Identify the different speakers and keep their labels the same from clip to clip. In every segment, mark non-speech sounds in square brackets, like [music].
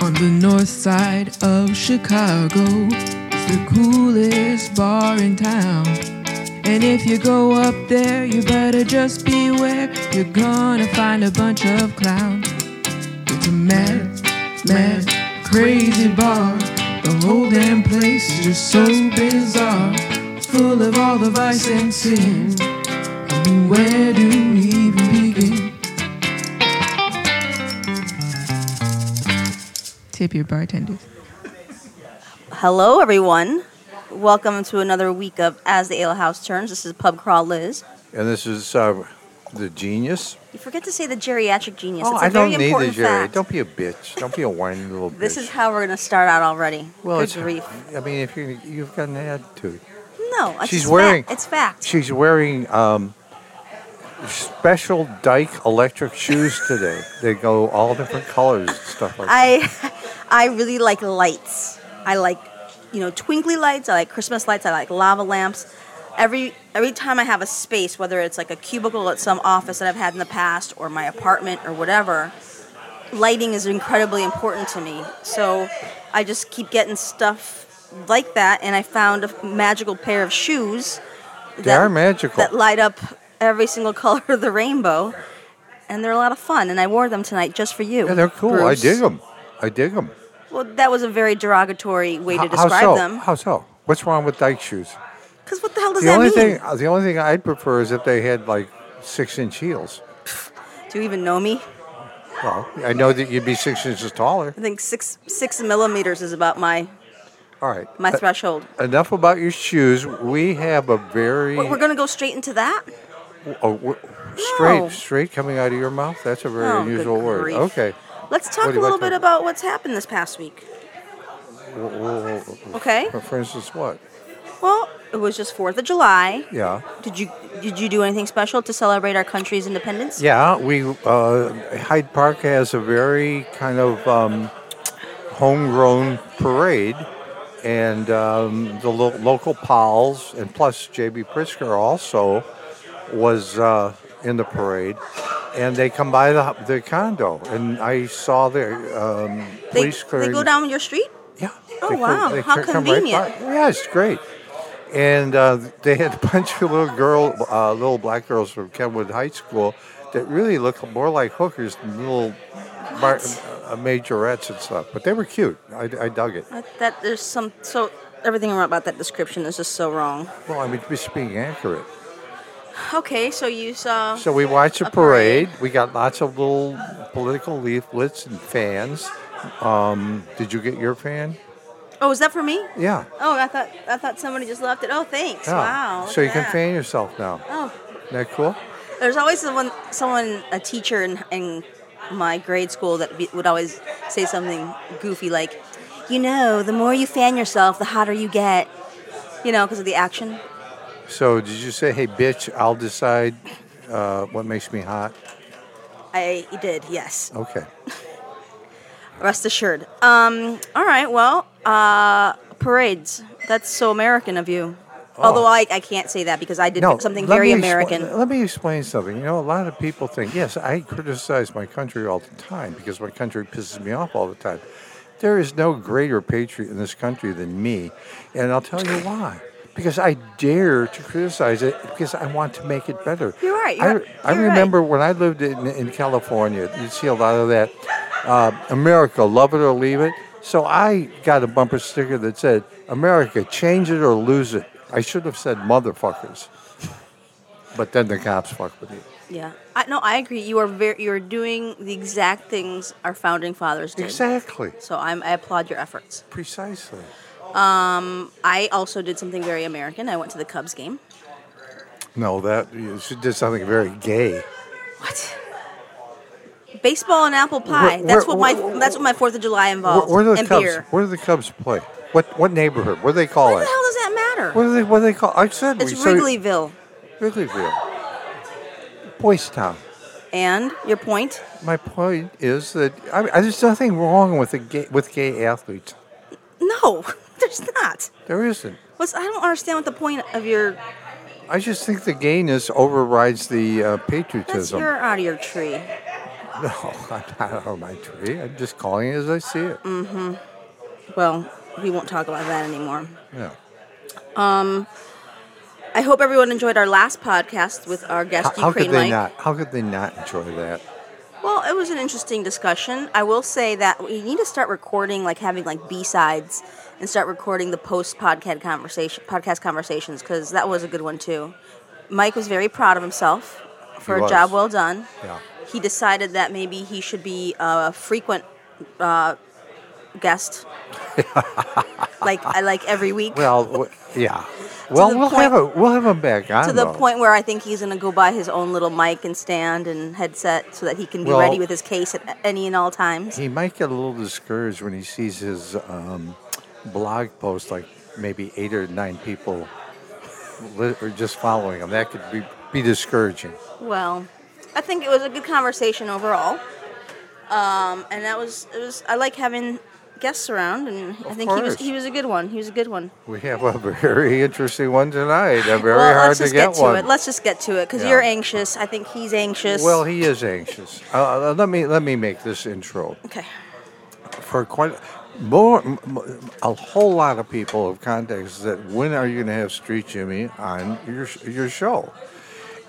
Speaker 1: on the north side of Chicago. It's the coolest bar in town. And if you go up there, you better just beware. You're gonna find a bunch of clowns. It's a mad, mad, crazy bar. The whole damn place is just so bizarre. Full of all the vice and sin. I mean, where do we even begin? Tip your bartenders.
Speaker 2: Hello, everyone. Welcome to another week of As the Ale House Turns. This is Pub Crawl Liz.
Speaker 3: And this is uh, the genius.
Speaker 2: You forget to say the geriatric genius.
Speaker 3: oh,
Speaker 2: it's a
Speaker 3: I
Speaker 2: very
Speaker 3: don't need the
Speaker 2: important
Speaker 3: jury.
Speaker 2: fact.
Speaker 3: Don't be a bitch. Don't be a whiny little bitch.
Speaker 2: This is how we're going to start out already.
Speaker 3: well,
Speaker 2: Good
Speaker 3: it's,
Speaker 2: grief.
Speaker 3: I mean, if you you've got an attitude,
Speaker 2: No, it's
Speaker 3: She's
Speaker 2: just
Speaker 3: wearing-
Speaker 2: Fact. It's fact.
Speaker 3: she's wearing um, special Dyke electric shoes today. they go all different colors and stuff like that.
Speaker 2: I, I [laughs] really like lights. I like, you know, twinkly lights. I like Christmas lights. I like lava lamps. Every every time I have a space, whether it's like a cubicle at some office that I've had in the past, or my apartment, or whatever, lighting is incredibly important to me. So I just keep getting stuff like that, and I found a magical pair of shoes
Speaker 3: They are magical.
Speaker 2: that light up every single [laughs] color of the rainbow. And they're a lot of fun, and I wore them tonight just for you.
Speaker 3: yeah, they're cool.
Speaker 2: Bruce.
Speaker 3: I dig them. I dig them.
Speaker 2: Well, that was a very derogatory way to
Speaker 3: how
Speaker 2: describe
Speaker 3: so?
Speaker 2: them.
Speaker 3: How so? What's wrong with Dyke shoes?
Speaker 2: Because what the hell does
Speaker 3: the
Speaker 2: that
Speaker 3: only
Speaker 2: mean?
Speaker 3: thing uh, the only thing I'd prefer is if they had like six inch heels.
Speaker 2: Do you even know me?
Speaker 3: Well, I know that you'd be six inches taller.
Speaker 2: I think six six millimeters is about my
Speaker 3: All right.
Speaker 2: my
Speaker 3: Uh,
Speaker 2: threshold.
Speaker 3: Enough about your shoes. We have a very
Speaker 2: We're, we're gonna go straight into that.
Speaker 3: oh, w- straight
Speaker 2: No.
Speaker 3: straight coming out of your mouth. That's a very
Speaker 2: Oh, good
Speaker 3: unusual word.
Speaker 2: grief.
Speaker 3: Okay.
Speaker 2: Let's talk
Speaker 3: What
Speaker 2: a
Speaker 3: do you
Speaker 2: little
Speaker 3: like
Speaker 2: bit
Speaker 3: to-
Speaker 2: about what's happened this past week.
Speaker 3: W- w- w-
Speaker 2: Okay.
Speaker 3: For- For instance, what?
Speaker 2: Well, it was just Fourth of July.
Speaker 3: Yeah.
Speaker 2: Did you did you do anything special to celebrate our country's independence?
Speaker 3: Yeah. We uh, Hyde Park has a very kind of um, homegrown parade, and um, the lo- local pals, and plus J.B. Pritzker also was uh, in the parade. And they come by the, the condo, and I saw their um,
Speaker 2: They,
Speaker 3: police
Speaker 2: they
Speaker 3: clearing.
Speaker 2: go down your street.
Speaker 3: Yeah.
Speaker 2: Oh,
Speaker 3: They could-
Speaker 2: wow.
Speaker 3: they
Speaker 2: How
Speaker 3: could come right
Speaker 2: convenient.
Speaker 3: by. yeah, it's great. And uh, they had a [laughs] bunch of little girl, uh, little black girls from Kenwood High School that really looked more like hookers than little bar- uh, majorettes and stuff. But they were cute. I, I dug it.
Speaker 2: That, Uh, that there's some so everything about that description is just so wrong.
Speaker 3: Well, I mean, just being accurate.
Speaker 2: Okay, so you saw.
Speaker 3: So we watched a
Speaker 2: A parade.
Speaker 3: parade. We got lots of little political leaflets and fans. Um, did you get your fan?
Speaker 2: oh, is that for me?
Speaker 3: Yeah.
Speaker 2: Oh, I thought I thought somebody just left it. Oh, thanks.
Speaker 3: yeah.
Speaker 2: Wow.
Speaker 3: So you
Speaker 2: look at
Speaker 3: can
Speaker 2: that.
Speaker 3: fan yourself now.
Speaker 2: Oh,
Speaker 3: Isn't that cool?
Speaker 2: there's always someone, someone, a teacher in in my grade school that be, would always say something goofy like, "You know, the more you fan yourself, the hotter you get." You know, because of the action.
Speaker 3: So did you say, "Hey, bitch, I'll decide uh, what makes me hot"?
Speaker 2: I did, yes.
Speaker 3: Okay.
Speaker 2: Rest assured. Um, all right. Well, uh, parades. That's so American of you. Although I, I can't say that because I did something
Speaker 3: Oh. let
Speaker 2: very
Speaker 3: me expl-
Speaker 2: American.
Speaker 3: let me explain something. You know, a lot of people think, yes, I criticize my country all the time because my country pisses me off all the time. There is no greater patriot in this country than me, and I'll tell you why. Because I dare to criticize it because I want to make it better.
Speaker 2: You're right,
Speaker 3: I,
Speaker 2: you're-
Speaker 3: I
Speaker 2: you're right.
Speaker 3: remember when I lived in, in California, you'd see a lot of that. Uh, America, love it or leave it. So I got a bumper sticker that said, America, change it or lose it. I should have said motherfuckers. But then the cops fuck with you.
Speaker 2: yeah. I, no, I agree. You are very. You are doing the exact things our founding fathers did.
Speaker 3: Exactly.
Speaker 2: So I'm, I applaud your efforts.
Speaker 3: Precisely.
Speaker 2: I also did something very American. I went to the Cubs game.
Speaker 3: No, that you did something very gay.
Speaker 2: What? Baseball and apple pie.
Speaker 3: Where-
Speaker 2: that's
Speaker 3: where-
Speaker 2: what my that's what my Fourth of July
Speaker 3: Where,
Speaker 2: involved.
Speaker 3: where do the
Speaker 2: and
Speaker 3: Cubs?
Speaker 2: beer.
Speaker 3: Where do the Cubs play? What what neighborhood? What do they call
Speaker 2: What the
Speaker 3: it?
Speaker 2: hell does that matter?
Speaker 3: What do they what do they call? I said
Speaker 2: it's
Speaker 3: we- so-
Speaker 2: Wrigleyville.
Speaker 3: Wrigleyville. Boys Town.
Speaker 2: And your point?
Speaker 3: My point is that I mean, there's nothing wrong with the gay, with gay athletes.
Speaker 2: No, [laughs] there's not.
Speaker 3: There isn't.
Speaker 2: What's, I don't understand what the point of your.
Speaker 3: I just think the gayness overrides the uh,
Speaker 2: That's
Speaker 3: patriotism.
Speaker 2: you're out of your tree.
Speaker 3: [laughs] No, I'm not on my tree. I'm just calling it as I see it.
Speaker 2: Mm. Well, we won't talk about that anymore.
Speaker 3: Yeah.
Speaker 2: I hope everyone enjoyed our last podcast with our
Speaker 3: How,
Speaker 2: guest
Speaker 3: how could
Speaker 2: Ukraine
Speaker 3: they
Speaker 2: Mike.
Speaker 3: not? How could they not enjoy that?
Speaker 2: Well, it was an interesting discussion. I will say that we need to start recording, like having like B sides, and start recording the post podcast conversation podcast conversations because that was a good one too. Mike was very proud of himself for
Speaker 3: He
Speaker 2: a
Speaker 3: was.
Speaker 2: job well done.
Speaker 3: Yeah.
Speaker 2: He decided that maybe he should be a frequent uh,
Speaker 3: [laughs]
Speaker 2: guest, like I like every week.
Speaker 3: Well, w- yeah. Well,
Speaker 2: the
Speaker 3: we'll
Speaker 2: point-
Speaker 3: have a we'll have him back on.
Speaker 2: to the
Speaker 3: though.
Speaker 2: point where I think he's going to go buy his own little mic and stand and headset so that he can be
Speaker 3: Well-
Speaker 2: ready with his case at any and all times.
Speaker 3: He might get a little discouraged when he sees his um, blog post, like maybe eight or nine people [laughs] li- are just following him. That could be, be discouraging.
Speaker 2: Well, I think it was a good conversation overall. Um, and that was it was I like having guests around and I
Speaker 3: Of
Speaker 2: think he was
Speaker 3: course.
Speaker 2: he was a good one. He was a good one.
Speaker 3: We have a [laughs] very interesting one tonight. A very
Speaker 2: well,
Speaker 3: hard
Speaker 2: let's
Speaker 3: to
Speaker 2: just
Speaker 3: get,
Speaker 2: to
Speaker 3: one.
Speaker 2: it. Let's just get to it cuz
Speaker 3: Yeah.
Speaker 2: you're anxious. I think he's anxious.
Speaker 3: well, he is anxious. Uh, uh, let me let me make this intro.
Speaker 2: okay.
Speaker 3: for quite more m- m- a whole lot of people have contacted that when are you going to have Street Jimmy on your sh- your show?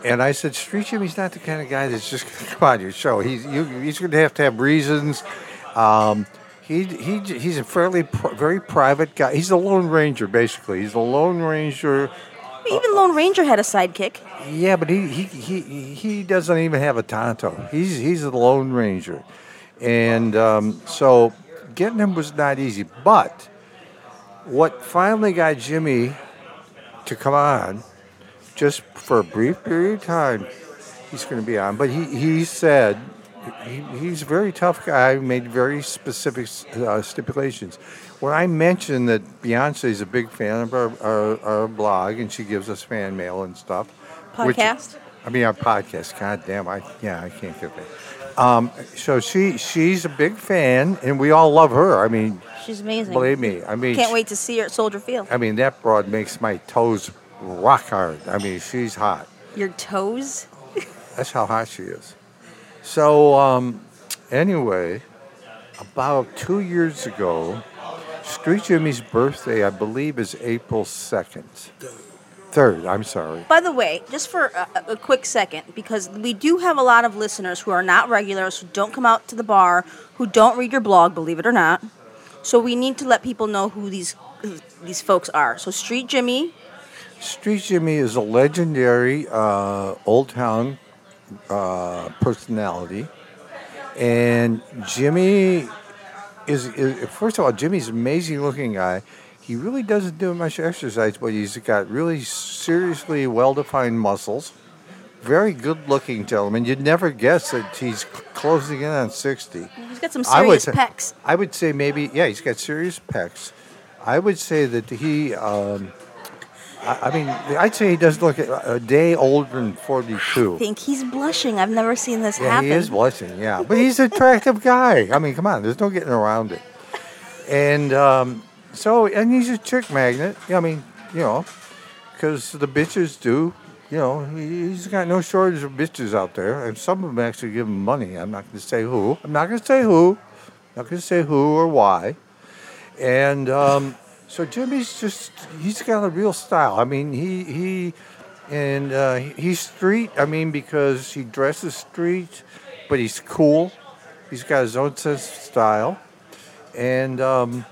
Speaker 3: And I said, Street Jimmy's not the kind of guy that's just going to [laughs] come on your show. He's you, he's going to have to have reasons. Um, he, he j- he's a fairly pr- very private guy. He's the Lone Ranger basically. He's the Lone Ranger.
Speaker 2: But Even Lone Ranger had a sidekick.
Speaker 3: Yeah, but he he, he he doesn't even have a Tonto. He's he's the Lone Ranger, and um, so getting him was not easy. But what finally got Jimmy to come on, just for a brief period of time, he's going to be on. But he he said. He, he's a very tough guy. Made very specific uh, stipulations. When I mentioned that Beyonce is a big fan of our, our, our blog and she gives us fan mail and stuff, which-
Speaker 2: Podcast?
Speaker 3: I mean, our podcast. God damn, I yeah, I can't get that. Um, so she she's a big fan, and we all love her. I mean,
Speaker 2: She's amazing.
Speaker 3: believe me. I mean,
Speaker 2: Can't wait to see her at Soldier Field.
Speaker 3: I mean, that broad makes my toes rock hard. I mean, she's hot.
Speaker 2: Your toes?
Speaker 3: That's how hot she is. So, um, anyway, about two years ago, Street Jimmy's birthday, I believe, is April 2nd. 3rd, I'm sorry.
Speaker 2: By the way, just for a, a quick second, because we do have a lot of listeners who are not regulars, who don't come out to the bar, who don't read your blog, believe it or not. So we need to let people know who these who these folks are. So Street Jimmy,
Speaker 3: Street Jimmy is a legendary uh, Old Town uh, personality. And Jimmy is, is, first of all, Jimmy's an amazing looking guy. He really doesn't do much exercise, but he's got really seriously well defined muscles. Very good looking gentleman. You'd never guess that he's c- closing in on 60.
Speaker 2: he's got some
Speaker 3: I would
Speaker 2: serious
Speaker 3: say-
Speaker 2: pecs.
Speaker 3: I would say maybe, yeah, he's got serious pecs. I would say that he, um, I, I mean, I'd say he does look a a day older than 42.
Speaker 2: I think he's blushing. I've never seen this
Speaker 3: yeah,
Speaker 2: happen.
Speaker 3: he is blushing, yeah. But he's an attractive guy. I mean, come on, there's no getting around it. And um, so, and he's a chick magnet. I mean, you know, because the bitches do. You know, he- he's got no shortage of bitches out there, and some of them actually give him money. I'm not going to say who. I'm not going to say who. Not going to say who or why. And um, so Jimmy's just—he's got a real style. I mean, he he and uh, he- he's street. I mean, because he dresses street, but he's cool. He's got his own sense of style, and um,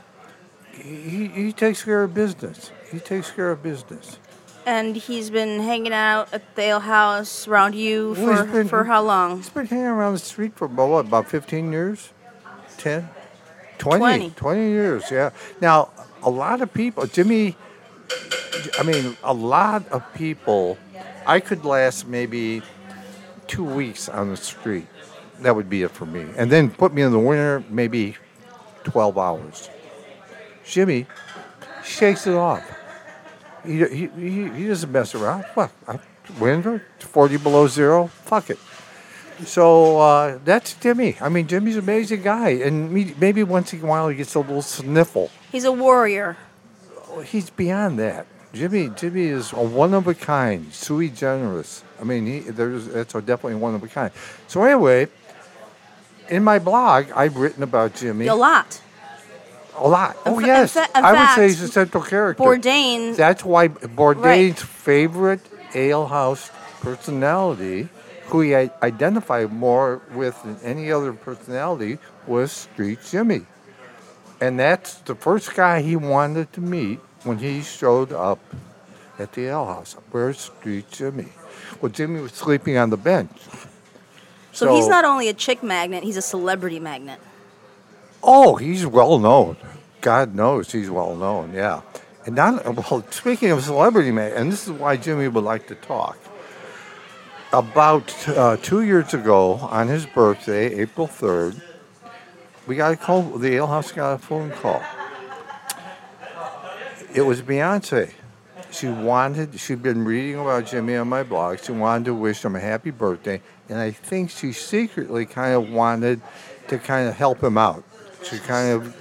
Speaker 3: he he takes care of business. He takes care of business.
Speaker 2: and he's been hanging out at the ale house around you
Speaker 3: Well,
Speaker 2: for
Speaker 3: he's been-
Speaker 2: for how long?
Speaker 3: He's been hanging around the street for about, what, about 15 years? 10?
Speaker 2: 20.
Speaker 3: 20, 20 years, yeah. Now, a lot of people, Jimmy, I mean, a lot of people, I could last maybe two weeks on the street. That would be it for me. And then put me in the winter, maybe 12 hours. Jimmy shakes it off. He, he, he, he doesn't mess around. Fuck, I, winter, 40 below zero, fuck it. So uh, that's Jimmy. I mean, Jimmy's an amazing guy, and me- maybe once in a while he gets a little sniffle.
Speaker 2: He's a warrior.
Speaker 3: He's beyond that. Jimmy, Jimmy is a one of a kind, sui generis. I mean, he, there's that's a definitely one of a kind. So anyway, in my blog, I've written about Jimmy
Speaker 2: A lot.
Speaker 3: a lot. Oh,
Speaker 2: fa- in
Speaker 3: yes.
Speaker 2: fa- in
Speaker 3: I would say
Speaker 2: fact,
Speaker 3: he's a central character.
Speaker 2: Bourdain-
Speaker 3: That's why Bourdain's favorite alehouse personality, who he i- identified more with than any other personality, was Street Jimmy. And that's the first guy he wanted to meet when he showed up at the alehouse. Where's Street Jimmy? Well, Jimmy was sleeping on the bench.
Speaker 2: So, he's not only a chick magnet, he's a celebrity magnet.
Speaker 3: Oh, he's well known. God knows he's well known. Yeah, and not [laughs] well. Speaking of celebrity, man, and this is why Jimmy would like to talk. About uh, two years ago, on his birthday, April third, we got a call. The Ale House got a phone call. It was Beyonce. She wanted. She'd been reading about Jimmy on my blog. She wanted to wish him a happy birthday, and I think she secretly kind of wanted to kind of help him out. She kind of.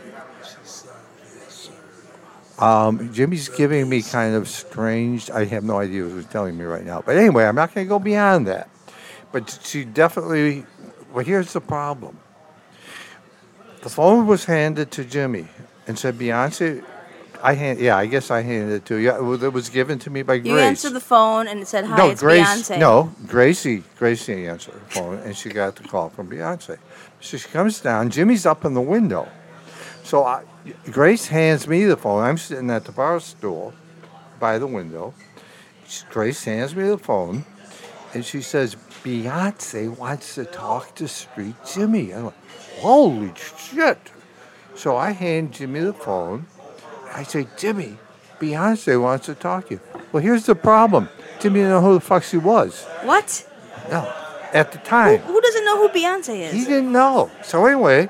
Speaker 3: Um, Jimmy's giving me kind of strange. I have no idea what he's telling me right now. But anyway, I'm not going to go beyond that. But she definitely. Well, here's the problem. The phone was handed to Jimmy and said, Beyonce, I hand, yeah, I guess I handed it to you. Yeah, It was- it was given to me by
Speaker 2: You
Speaker 3: Grace.
Speaker 2: answered the phone and it said, Hi,
Speaker 3: no,
Speaker 2: it's
Speaker 3: Grace.
Speaker 2: Beyonce.
Speaker 3: No, Gracie. Gracie answered the phone and she got the call from Beyonce. So she comes down. Jimmy's up in the window. So I, Grace hands me the phone. I'm sitting at the bar stool by the window. Grace hands me the phone and she says, Beyonce wants to talk to Street Jimmy. I'm like, holy shit. So I hand Jimmy the phone. I say, Jimmy, Beyonce wants to talk to you. Well, here's the problem. Jimmy didn't know who the fuck she was.
Speaker 2: What?
Speaker 3: No, at the
Speaker 2: Who,
Speaker 3: time.
Speaker 2: who doesn't know who Beyonce is?
Speaker 3: He didn't know. So anyway,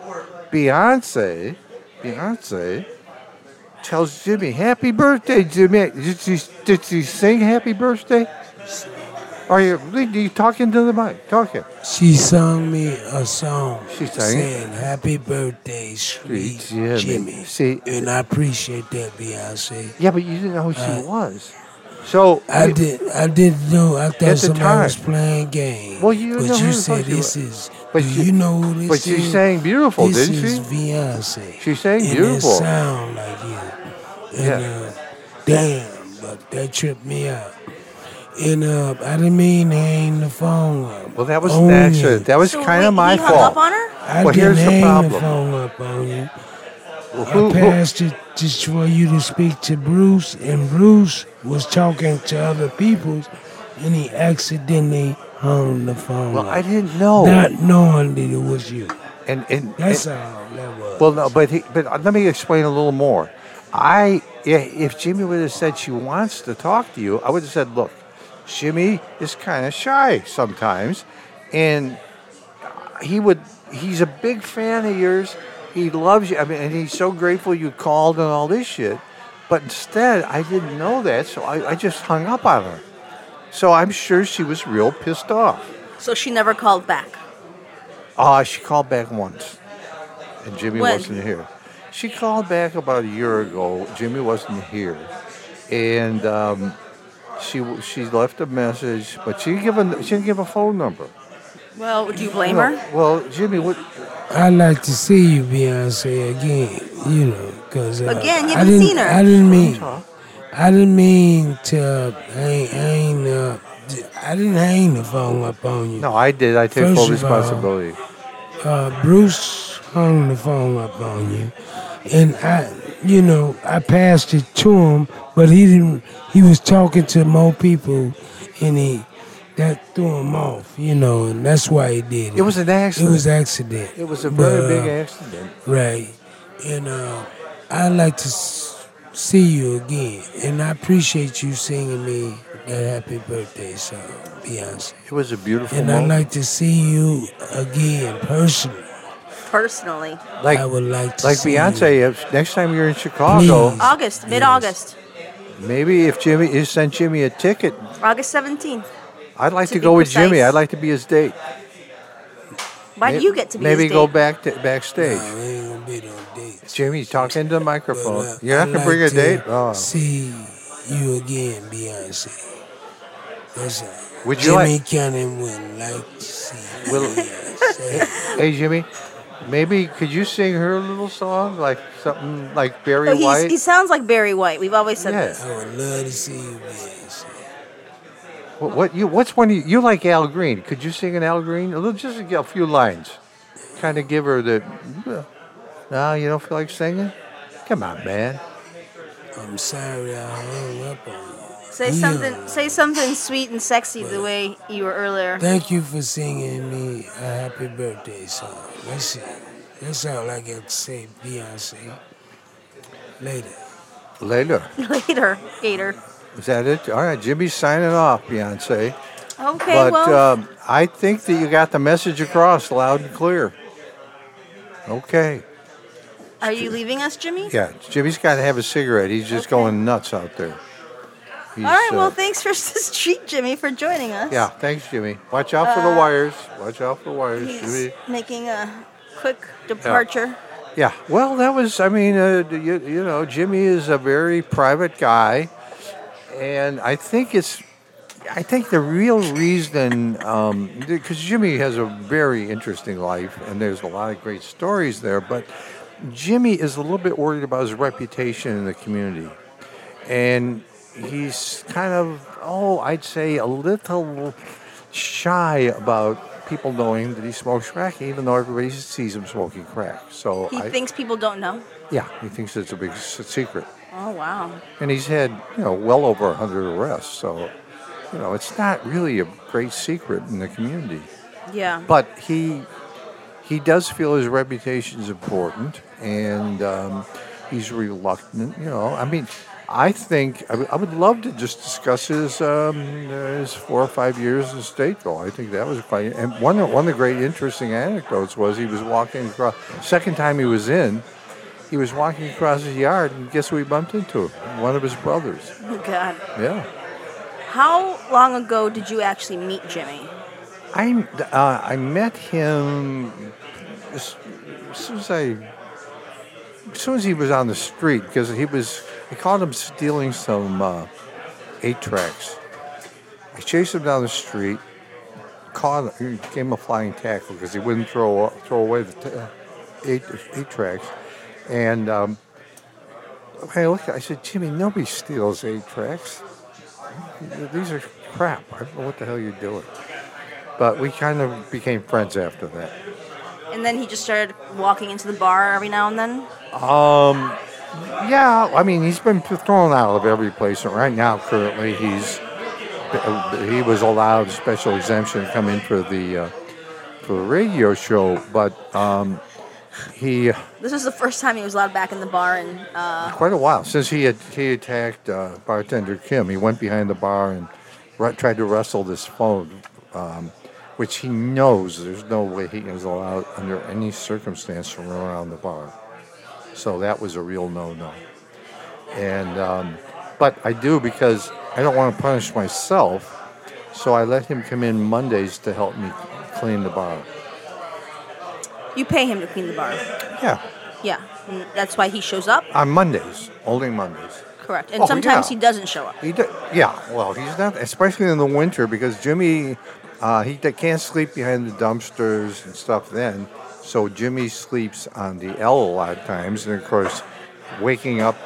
Speaker 3: Beyonce, Beyonce tells Jimmy, "Happy birthday, Jimmy." Did she did she sing "Happy Birthday"? Are you are you talking to the mic? Talking.
Speaker 4: She sung me a song.
Speaker 3: She sang it?
Speaker 4: saying, Happy birthday, sweet
Speaker 3: Sweet Jimmy."
Speaker 4: Jimmy.
Speaker 3: See-
Speaker 4: and I appreciate that, Beyonce.
Speaker 3: Yeah, but you didn't know who she was. So
Speaker 4: Uh, I did. I didn't know. I
Speaker 3: the
Speaker 4: thought somebody was
Speaker 3: time.
Speaker 4: playing games.
Speaker 3: Well, you
Speaker 4: but
Speaker 3: know who
Speaker 4: you
Speaker 3: the fuck
Speaker 4: said
Speaker 3: you
Speaker 4: this
Speaker 3: were.
Speaker 4: is.
Speaker 3: But
Speaker 4: do
Speaker 3: you-
Speaker 4: you, know who this
Speaker 3: but you
Speaker 4: is?
Speaker 3: sang beautiful,
Speaker 4: this
Speaker 3: didn't
Speaker 4: is
Speaker 3: she?
Speaker 4: Beyonce.
Speaker 3: She sang
Speaker 4: and
Speaker 3: beautiful.
Speaker 4: It sound like you. And,
Speaker 3: Yeah.
Speaker 4: Uh, damn, but that tripped me out. And uh, I didn't mean to hang the phone up.
Speaker 3: well, that was
Speaker 4: on
Speaker 3: an accident.
Speaker 4: you.
Speaker 3: That was
Speaker 2: So
Speaker 3: kind
Speaker 2: wait,
Speaker 3: of my
Speaker 2: he hung
Speaker 3: fault.
Speaker 2: up on her?
Speaker 4: I
Speaker 3: Well, here's
Speaker 4: didn't
Speaker 3: the
Speaker 4: hang
Speaker 3: problem.
Speaker 4: the phone up on you.
Speaker 3: Well,
Speaker 4: I
Speaker 3: who- who-
Speaker 4: passed it just for you to speak to Bruce, and Bruce was talking to other people, and he accidentally hung the phone
Speaker 3: well,
Speaker 4: up,
Speaker 3: I didn't know.
Speaker 4: not knowing that it was you.
Speaker 3: and and,
Speaker 4: That's
Speaker 3: and-
Speaker 4: all that was.
Speaker 3: Well, no, but he, but uh, let me explain a little more. I i- if Jimmy would have said she wants to talk to you, I would have said, look, Jimmy is kind of shy sometimes, and he would he's a big fan of yours. He loves you. I mean, and he's so grateful you called and all this shit. But instead, I didn't know that, so I, I just hung up on her. So I'm sure she was real pissed off.
Speaker 2: So she never called back.
Speaker 3: Ah, she called back once, and Jimmy
Speaker 2: When?
Speaker 3: wasn't here. She called back about a year ago. Jimmy wasn't here, and um, she she left a message, but she didn't give a she didn't give a phone number.
Speaker 2: Well, do you blame
Speaker 3: Well,
Speaker 2: her?
Speaker 3: well, Jimmy, what?
Speaker 4: I'd like to see you, Beyonce, again. You know, because uh,
Speaker 2: Again, you
Speaker 4: I
Speaker 2: haven't
Speaker 4: didn't-
Speaker 2: seen her.
Speaker 4: I didn't mean. I didn't mean to hang. hang uh, I didn't hang the phone up on you.
Speaker 3: No, I did. I take
Speaker 4: First
Speaker 3: full
Speaker 4: of all-
Speaker 3: responsibility.
Speaker 4: uh, Bruce hung the phone up on you, and I, you know, I passed it to him, but he didn't. He was talking to more people, and he that threw him off, you know, and that's why he did it.
Speaker 3: It was an accident.
Speaker 4: It was accident.
Speaker 3: It was a very
Speaker 4: But,
Speaker 3: big
Speaker 4: uh,
Speaker 3: accident.
Speaker 4: Right, and uh, I'd like to s- see you again, and I appreciate you singing me that happy birthday song, Beyonce.
Speaker 3: It was a beautiful
Speaker 4: And I'd
Speaker 3: moment.
Speaker 4: like to see you again personally.
Speaker 2: Personally.
Speaker 3: like
Speaker 4: I would like to
Speaker 3: like
Speaker 4: see
Speaker 3: Beyonce. If next time you're in Chicago,
Speaker 4: Please.
Speaker 2: August, mid August.
Speaker 3: maybe if Jimmy you sent Jimmy a ticket,
Speaker 2: August 17th.
Speaker 3: I'd like to,
Speaker 2: To be
Speaker 3: go with Jimmy.
Speaker 2: precise.
Speaker 3: I'd like to be his date.
Speaker 2: Why do
Speaker 3: May-
Speaker 2: you get to be
Speaker 3: maybe
Speaker 2: his
Speaker 3: go
Speaker 2: date?
Speaker 3: back to, backstage.
Speaker 4: No, it ain't gonna be no dates.
Speaker 3: Jimmy, talk into the
Speaker 4: But,
Speaker 3: microphone.
Speaker 4: uh,
Speaker 3: You're not
Speaker 4: I'd
Speaker 3: Oh. gonna bring a
Speaker 4: like to
Speaker 3: date. Oh.
Speaker 4: See you again, Beyonce. That's it.
Speaker 3: Would you
Speaker 4: Jimmy
Speaker 3: like?
Speaker 4: Cannon would like to see. [laughs]
Speaker 3: Will-
Speaker 4: Yes, yes.
Speaker 3: Hey, Jimmy. Maybe could you sing her a little song, like something like Barry
Speaker 2: So
Speaker 3: White?
Speaker 2: Oh, he's, he sounds like Barry White. We've always said
Speaker 3: Yeah.
Speaker 2: this.
Speaker 4: I would love to see you. Yes.
Speaker 3: What, what you? What's one you, you like? Al Green? Could you sing an Al Green? A little, just a few lines. Kind of give her the. No, you don't feel like singing. Come on, man.
Speaker 4: I'm sorry I hung up on you.
Speaker 2: Say
Speaker 4: Yeah.
Speaker 2: something. Say something sweet and sexy the way you were earlier. [laughs]
Speaker 4: Thank you for singing me a happy birthday song. That's it. That's all I got to say, Beyonce. Later.
Speaker 3: Later.
Speaker 2: Later, Gator.
Speaker 3: Is that it? All right, Jimmy's signing off, Beyonce.
Speaker 2: Okay,
Speaker 3: but
Speaker 2: well,
Speaker 3: um, I think that you got the message across loud and clear. Okay.
Speaker 2: are you leaving us, Jimmy?
Speaker 3: Yeah, Jimmy's got to have a cigarette. He's just
Speaker 2: Okay.
Speaker 3: going nuts out there. He's,
Speaker 2: All right.
Speaker 3: uh,
Speaker 2: Well, thanks for [laughs] this treat, Jimmy, for joining us.
Speaker 3: yeah, thanks, Jimmy. Watch out
Speaker 2: Uh,
Speaker 3: for the wires. Watch out for wires,
Speaker 2: He's
Speaker 3: Jimmy.
Speaker 2: making a quick departure.
Speaker 3: Yeah. Well, that was. I mean, uh, you, you know, Jimmy is a very private guy, and I think it's. I think the real reason, um, because Jimmy has a very interesting life, and there's a lot of great stories there, but Jimmy is a little bit worried about his reputation in the community, and he's kind of, oh, I'd say a little shy about people knowing that he smokes crack, even though everybody sees him smoking crack. So
Speaker 2: He
Speaker 3: I,
Speaker 2: thinks people don't know.
Speaker 3: yeah, he thinks it's a big s- secret,
Speaker 2: Oh wow.
Speaker 3: and he's had you know well over hundred arrests. So you know it's not really a great secret in the community,
Speaker 2: Yeah.
Speaker 3: but he he does feel his reputation is important, and um, he's reluctant. You know, I mean. I think I would- I would love to just discuss his um, his four or five years in Stateville. I think that was quite and one of, one of the great interesting anecdotes was he was walking across second time he was in, he was walking across his yard, and guess who he bumped into? One of his brothers.
Speaker 2: [laughs] Oh God.
Speaker 3: Yeah.
Speaker 2: How long ago did you actually meet Jimmy?
Speaker 3: I, uh, I met him as, as soon as I, as soon as he was on the street, because he was, I caught him stealing some uh, eight tracks. I chased him down the street, caught him, he gave him a flying tackle because he wouldn't throw throw away the t- uh, eight eight tracks, and um, I looked. I said, Jimmy, nobody steals eight tracks. These are crap. I don't know what the hell you're doing. But we kind of became friends after that.
Speaker 2: And then he just started walking into the bar every now and then.
Speaker 3: Yeah, I mean, he's been thrown out of every place, and right now, currently, he's he was allowed a special exemption to come in for the uh, for the radio show, but um, he
Speaker 2: This was the first time he was allowed back in the bar, and uh,
Speaker 3: quite a while since he had, he attacked uh, bartender Kim. He went behind the bar and ru- tried to wrestle this phone, um, which he knows there's no way he is allowed under any circumstance to run around the bar. So that was a real no-no. And um, but I do because I don't want to punish myself, so I let him come in Mondays to help me clean the bar.
Speaker 2: you pay him to clean the bar.
Speaker 3: Yeah,
Speaker 2: Yeah, and that's why he shows up.
Speaker 3: on Mondays, only Mondays.
Speaker 2: Correct. And
Speaker 3: Oh,
Speaker 2: sometimes
Speaker 3: yeah.
Speaker 2: he doesn't show up.
Speaker 3: He d yeah, well, he's not, especially in the winter because Jimmy, uh, he d- can't sleep behind the dumpsters and stuff then. So Jimmy sleeps on the L a lot of times. And of course, waking up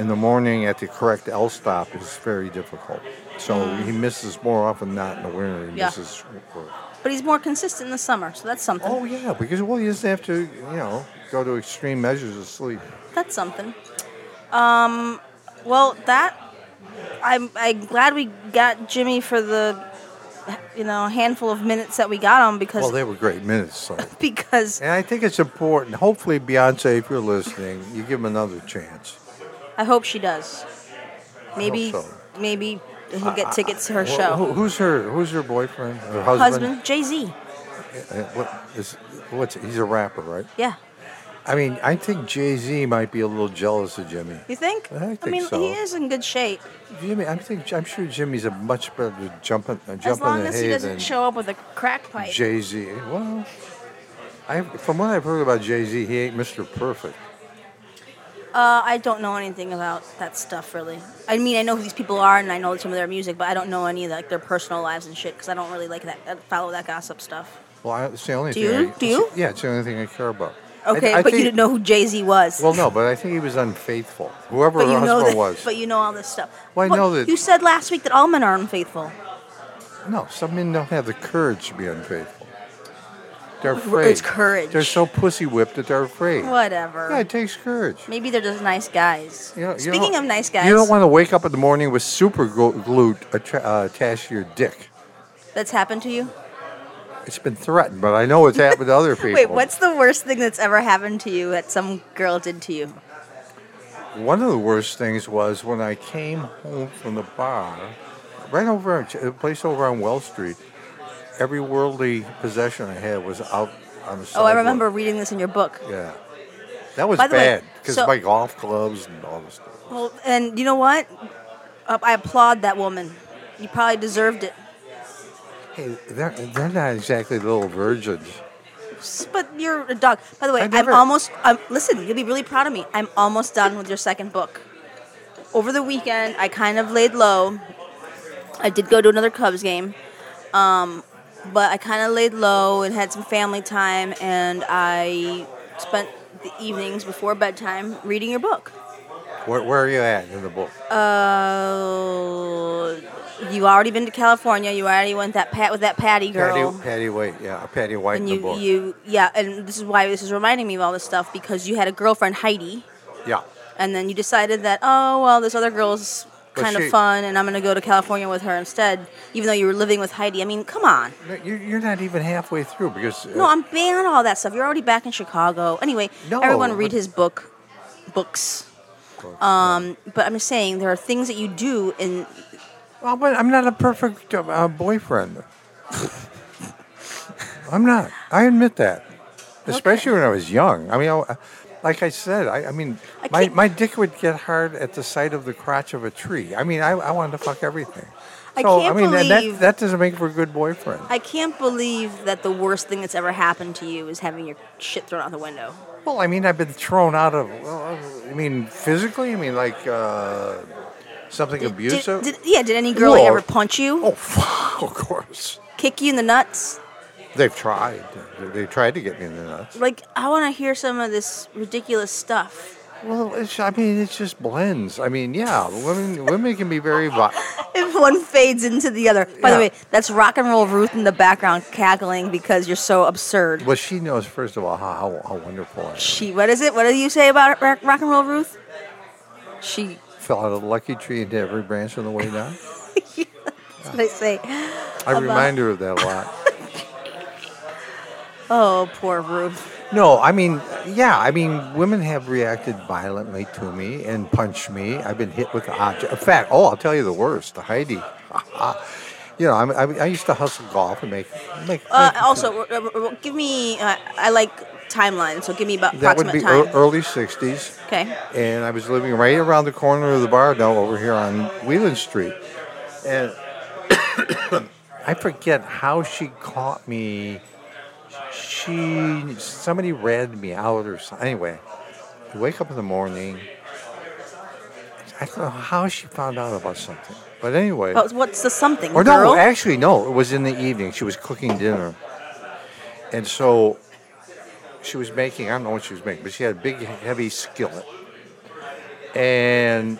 Speaker 3: in the morning at the correct L stop is very difficult. So he misses more often than not in the winter. He
Speaker 2: Yeah.
Speaker 3: misses work.
Speaker 2: But he's more consistent in the summer, so that's something.
Speaker 3: Oh, yeah, because, well, he doesn't have to, you know, go to extreme measures of sleep.
Speaker 2: That's something. Um, well, that I'm I'm glad we got Jimmy for the you know handful of minutes that we got him because
Speaker 3: Well, they were great minutes, so.
Speaker 2: [laughs] because
Speaker 3: And I think it's important. Hopefully, Beyonce, if you're listening, you give him another chance.
Speaker 2: I hope she does. Maybe
Speaker 3: so.
Speaker 2: maybe he'll get tickets to her
Speaker 3: Wh-
Speaker 2: show.
Speaker 3: who- who's her? Who's her boyfriend? Her husband?
Speaker 2: Husband Jay Z.
Speaker 3: Uh, What is? What's? He's a rapper, right?
Speaker 2: Yeah.
Speaker 3: I mean, I think Jay Z might be a little jealous of Jimmy.
Speaker 2: You think?
Speaker 3: I think
Speaker 2: mean,
Speaker 3: so.
Speaker 2: he is in good shape
Speaker 3: Jimmy, I think I'm sure Jimmy's a much better jumping uh,
Speaker 2: as
Speaker 3: jumping
Speaker 2: long
Speaker 3: the
Speaker 2: as he
Speaker 3: hay
Speaker 2: doesn't
Speaker 3: than
Speaker 2: show up with a crack pipe.
Speaker 3: Jay Z. Well, I from what I've heard about Jay Z, he ain't Mr. Perfect.
Speaker 2: Uh, I don't know anything about that stuff really. I mean, I know who these people are and I know some of their music, but I don't know any of like their personal lives and shit because I don't really like that I follow that gossip stuff.
Speaker 3: Well, I, it's the only
Speaker 2: Do
Speaker 3: thing.
Speaker 2: you?
Speaker 3: I,
Speaker 2: Do you?
Speaker 3: Yeah, it's the only thing I care about. I-
Speaker 2: Okay,
Speaker 3: I
Speaker 2: but you
Speaker 3: think-
Speaker 2: didn't know who Jay Z was.
Speaker 3: Well, no, but I think he was unfaithful. Whoever
Speaker 2: but
Speaker 3: her
Speaker 2: you know
Speaker 3: husband
Speaker 2: that,
Speaker 3: was.
Speaker 2: But you know all this stuff.
Speaker 3: Well, I
Speaker 2: What-
Speaker 3: know that-
Speaker 2: You said last week that all men are unfaithful.
Speaker 3: No, some men don't have the courage to be unfaithful. They're afraid.
Speaker 2: courage.
Speaker 3: They're so pussy whipped that they're afraid.
Speaker 2: Whatever.
Speaker 3: Yeah, it takes courage.
Speaker 2: Maybe they're just nice guys.
Speaker 3: You know- you
Speaker 2: Speaking
Speaker 3: don't-
Speaker 2: of nice guys,
Speaker 3: you don't want to wake up in the morning with super glu- glue attra- uh, attached to your dick.
Speaker 2: that's happened to you.
Speaker 3: It's been threatened, but I know it's happened to other
Speaker 2: [laughs]
Speaker 3: people.
Speaker 2: Wait, what's the worst thing that's ever happened to you that some girl did to you?
Speaker 3: One of the worst things was when I came home from the bar, right over at a place over on Well Street. Every worldly possession I had was out on the
Speaker 2: Oh, I
Speaker 3: sidewalk.
Speaker 2: remember reading this in your book.
Speaker 3: Yeah, that was
Speaker 2: By the way,
Speaker 3: bad because
Speaker 2: so-
Speaker 3: my golf clubs and all this stuff.
Speaker 2: Well, and you know what? Uh, I applaud that woman. You probably deserved it.
Speaker 3: Hey, they're they're not exactly little virgins.
Speaker 2: S- But you're a dog. By the way,
Speaker 3: I
Speaker 2: I'm
Speaker 3: never-
Speaker 2: almost. I'm, listen, you'll be really proud of me. I'm almost done with your second book. Over the weekend, I kind of laid low. I did go to another Cubs game, um, but I kind of laid low and had some family time, and I spent the evenings before bedtime reading your book.
Speaker 3: Where, where are you at in the book?
Speaker 2: Uh, you already been to California. You already went that pat with that Patty girl.
Speaker 3: Patty, Patty White, yeah, Patty White
Speaker 2: and
Speaker 3: in the
Speaker 2: you,
Speaker 3: book.
Speaker 2: you, yeah, and this is why this is reminding me of all this stuff because you had a girlfriend Heidi,
Speaker 3: yeah,
Speaker 2: and then you decided that oh well, this other girl's
Speaker 3: But
Speaker 2: kind
Speaker 3: she-
Speaker 2: of fun, and I'm gonna go to California with her instead, even though you were living with Heidi. I mean, come on.
Speaker 3: No, you're, you're not even halfway through because
Speaker 2: No, I'm banned all that stuff. You're already back in Chicago. Anyway,
Speaker 3: No,
Speaker 2: everyone read
Speaker 3: but-
Speaker 2: his book, books.
Speaker 3: um,
Speaker 2: Um, but I'm just saying there are things that you do in
Speaker 3: Well, but I'm not a perfect uh, uh, boyfriend. I'm not. I admit that. Especially when I was young. I mean, I, like I said, I, I mean,
Speaker 2: I
Speaker 3: my,
Speaker 2: can't-
Speaker 3: my dick would get hard at the sight of the crotch of a tree. I mean, I, I wanted to fuck everything.
Speaker 2: I
Speaker 3: So,
Speaker 2: can't
Speaker 3: I mean, that-
Speaker 2: believe-
Speaker 3: that, that doesn't make for a good boyfriend.
Speaker 2: I can't believe that the worst thing that's ever happened to you is having your shit thrown out the window.
Speaker 3: Well, I mean, I've been thrown out of. Well, I mean, physically. I mean, like uh, something abusive.
Speaker 2: Did, did- yeah, did any girl
Speaker 3: Whoa.
Speaker 2: ever punch you,
Speaker 3: oh, [laughs] fuck, of course.
Speaker 2: kick you in the nuts?
Speaker 3: They've tried. They, they tried to get me in the nuts.
Speaker 2: Like, I want to hear some of this ridiculous stuff. [laughs]
Speaker 3: Well, it's, I mean, it's just blends. I mean, yeah, women women can be very violent.
Speaker 2: If one fades into the other. By the
Speaker 3: Yeah.
Speaker 2: way, that's rock and roll Ruth in the background cackling because you're so absurd.
Speaker 3: Well, she knows first of all how, how, how wonderful I am.
Speaker 2: She, what is it? What do you say about rock, rock and roll Ruth? She, [laughs]
Speaker 3: Fell out of the lucky tree into every branch on the way down.
Speaker 2: that's what I say.
Speaker 3: I remind her of that a lot.
Speaker 2: Oh, poor Ruth.
Speaker 3: No, I mean, yeah, I mean, women have reacted violently to me and punched me. I've been hit with objects. In fact, oh, I'll tell you the worst, Heidi. [laughs] you know, I'm, I, I used to hustle golf and make make.
Speaker 2: Uh,
Speaker 3: make-
Speaker 2: also, uh, uh, uh, give me. Uh, I like timeline, so give me about
Speaker 3: that would
Speaker 2: approximate
Speaker 3: be
Speaker 2: time.
Speaker 3: ear- early '60s.
Speaker 2: okay.
Speaker 3: and I was living right around the corner of the bar now over here on Wheeland Street. And [coughs] I forget how she caught me. She somebody read me out or something. Anyway, I wake up in the morning. I don't know how she found out about something. But anyway.
Speaker 2: But Oh, what's the something?
Speaker 3: Or no,
Speaker 2: girl?
Speaker 3: actually, no. It was in the evening. She was cooking dinner, and so she was making. I don't know what she was making, but she had a big, heavy skillet, and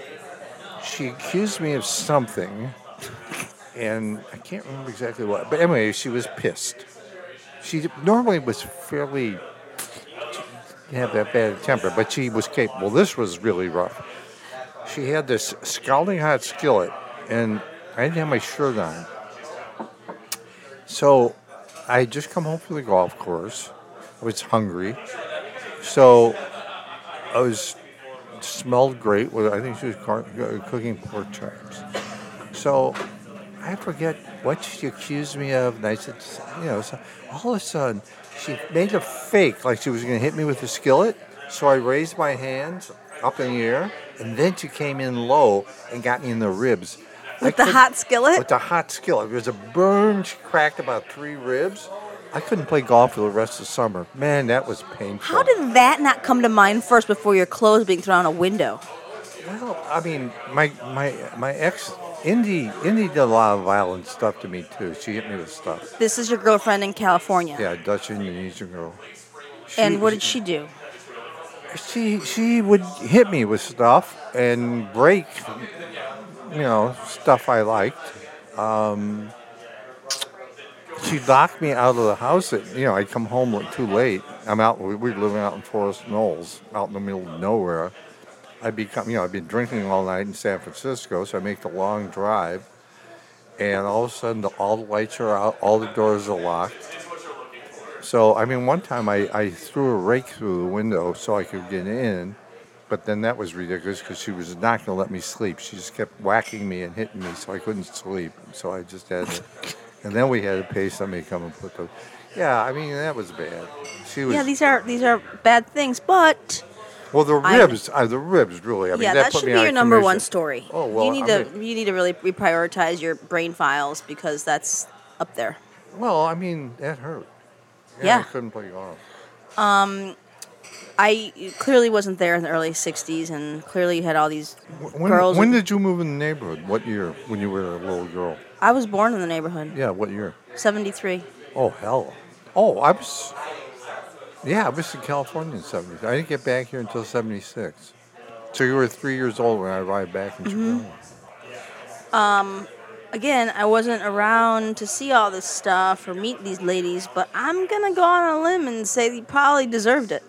Speaker 3: she accused me of something, and I can't remember exactly what. But anyway, she was pissed. She normally was fairly didn't have that bad a temper, but she was capable. This was really rough. She had this scalding hot skillet, and I didn't have my shirt on. So I had just come home from the golf course. I was hungry. So I was smelled great. Well, I think she was car- uh, cooking pork chops. So I forget what she accused me of, and I said, you know, so all of a sudden she made a fake like she was going to hit me with a skillet. So I raised my hands up in the air, and then she came in low and got me in the ribs. I
Speaker 2: With the
Speaker 3: could-
Speaker 2: hot skillet?
Speaker 3: With the hot skillet. It was a burn. She cracked about three ribs. I couldn't play golf for the rest of the summer. Man, that was painful.
Speaker 2: How did that not come to mind first before your clothes being thrown out a window?
Speaker 3: Well, I mean, my my my ex, Indy, Indy did a lot of violent stuff to me too. She hit me with stuff.
Speaker 2: This is your girlfriend in California.
Speaker 3: Yeah, Dutch Indonesian girl. She,
Speaker 2: And what did she do?
Speaker 3: She she would hit me with stuff and break, you know, stuff I liked. Um, she locked me out of the house. At, you know, I'd come home like too late. I'm out. We we were living out in Forest Knolls, out in the middle of nowhere. I become, you know, I've been drinking all night in San Francisco, so I make the long drive, and all of a sudden, the, all the lights are out, all the doors are locked. So, I mean, one time I, I threw a rake through the window so I could get in, but then that was ridiculous because she was not going to let me sleep. She just kept whacking me and hitting me, so I couldn't sleep. So I just
Speaker 2: [laughs]
Speaker 3: had to, and then we had to pay somebody to come and put the. Yeah, I mean that was bad. She was
Speaker 2: Yeah, these are these are bad things, but
Speaker 3: well. The
Speaker 2: I-
Speaker 3: ribs, uh, the ribs, really. I mean,
Speaker 2: yeah,
Speaker 3: that,
Speaker 2: that,
Speaker 3: put
Speaker 2: should be
Speaker 3: me out
Speaker 2: your
Speaker 3: of
Speaker 2: number one
Speaker 3: commission.
Speaker 2: story.
Speaker 3: Oh well,
Speaker 2: you need
Speaker 3: I
Speaker 2: to
Speaker 3: mean-
Speaker 2: you need to really reprioritize your brain files because that's up there.
Speaker 3: Well, I mean, that hurt. I
Speaker 2: Yeah.
Speaker 3: couldn't play golf.
Speaker 2: I clearly wasn't there in the early '60s, and clearly you had all these
Speaker 3: Wh- When,
Speaker 2: girls.
Speaker 3: when did you move in the neighborhood? What year? When you were a little girl?
Speaker 2: I was born in the neighborhood?
Speaker 3: Yeah, what year?
Speaker 2: '73.
Speaker 3: Oh, hell. Oh, I was. Yeah, I was in California in 70s. I didn't get back here until 76. So you were three years old when I arrived back in
Speaker 2: Mm-hmm.
Speaker 3: Chicago.
Speaker 2: Again, I wasn't around to see all this stuff or meet these ladies, but I'm gonna go on a limb and say they probably deserved it.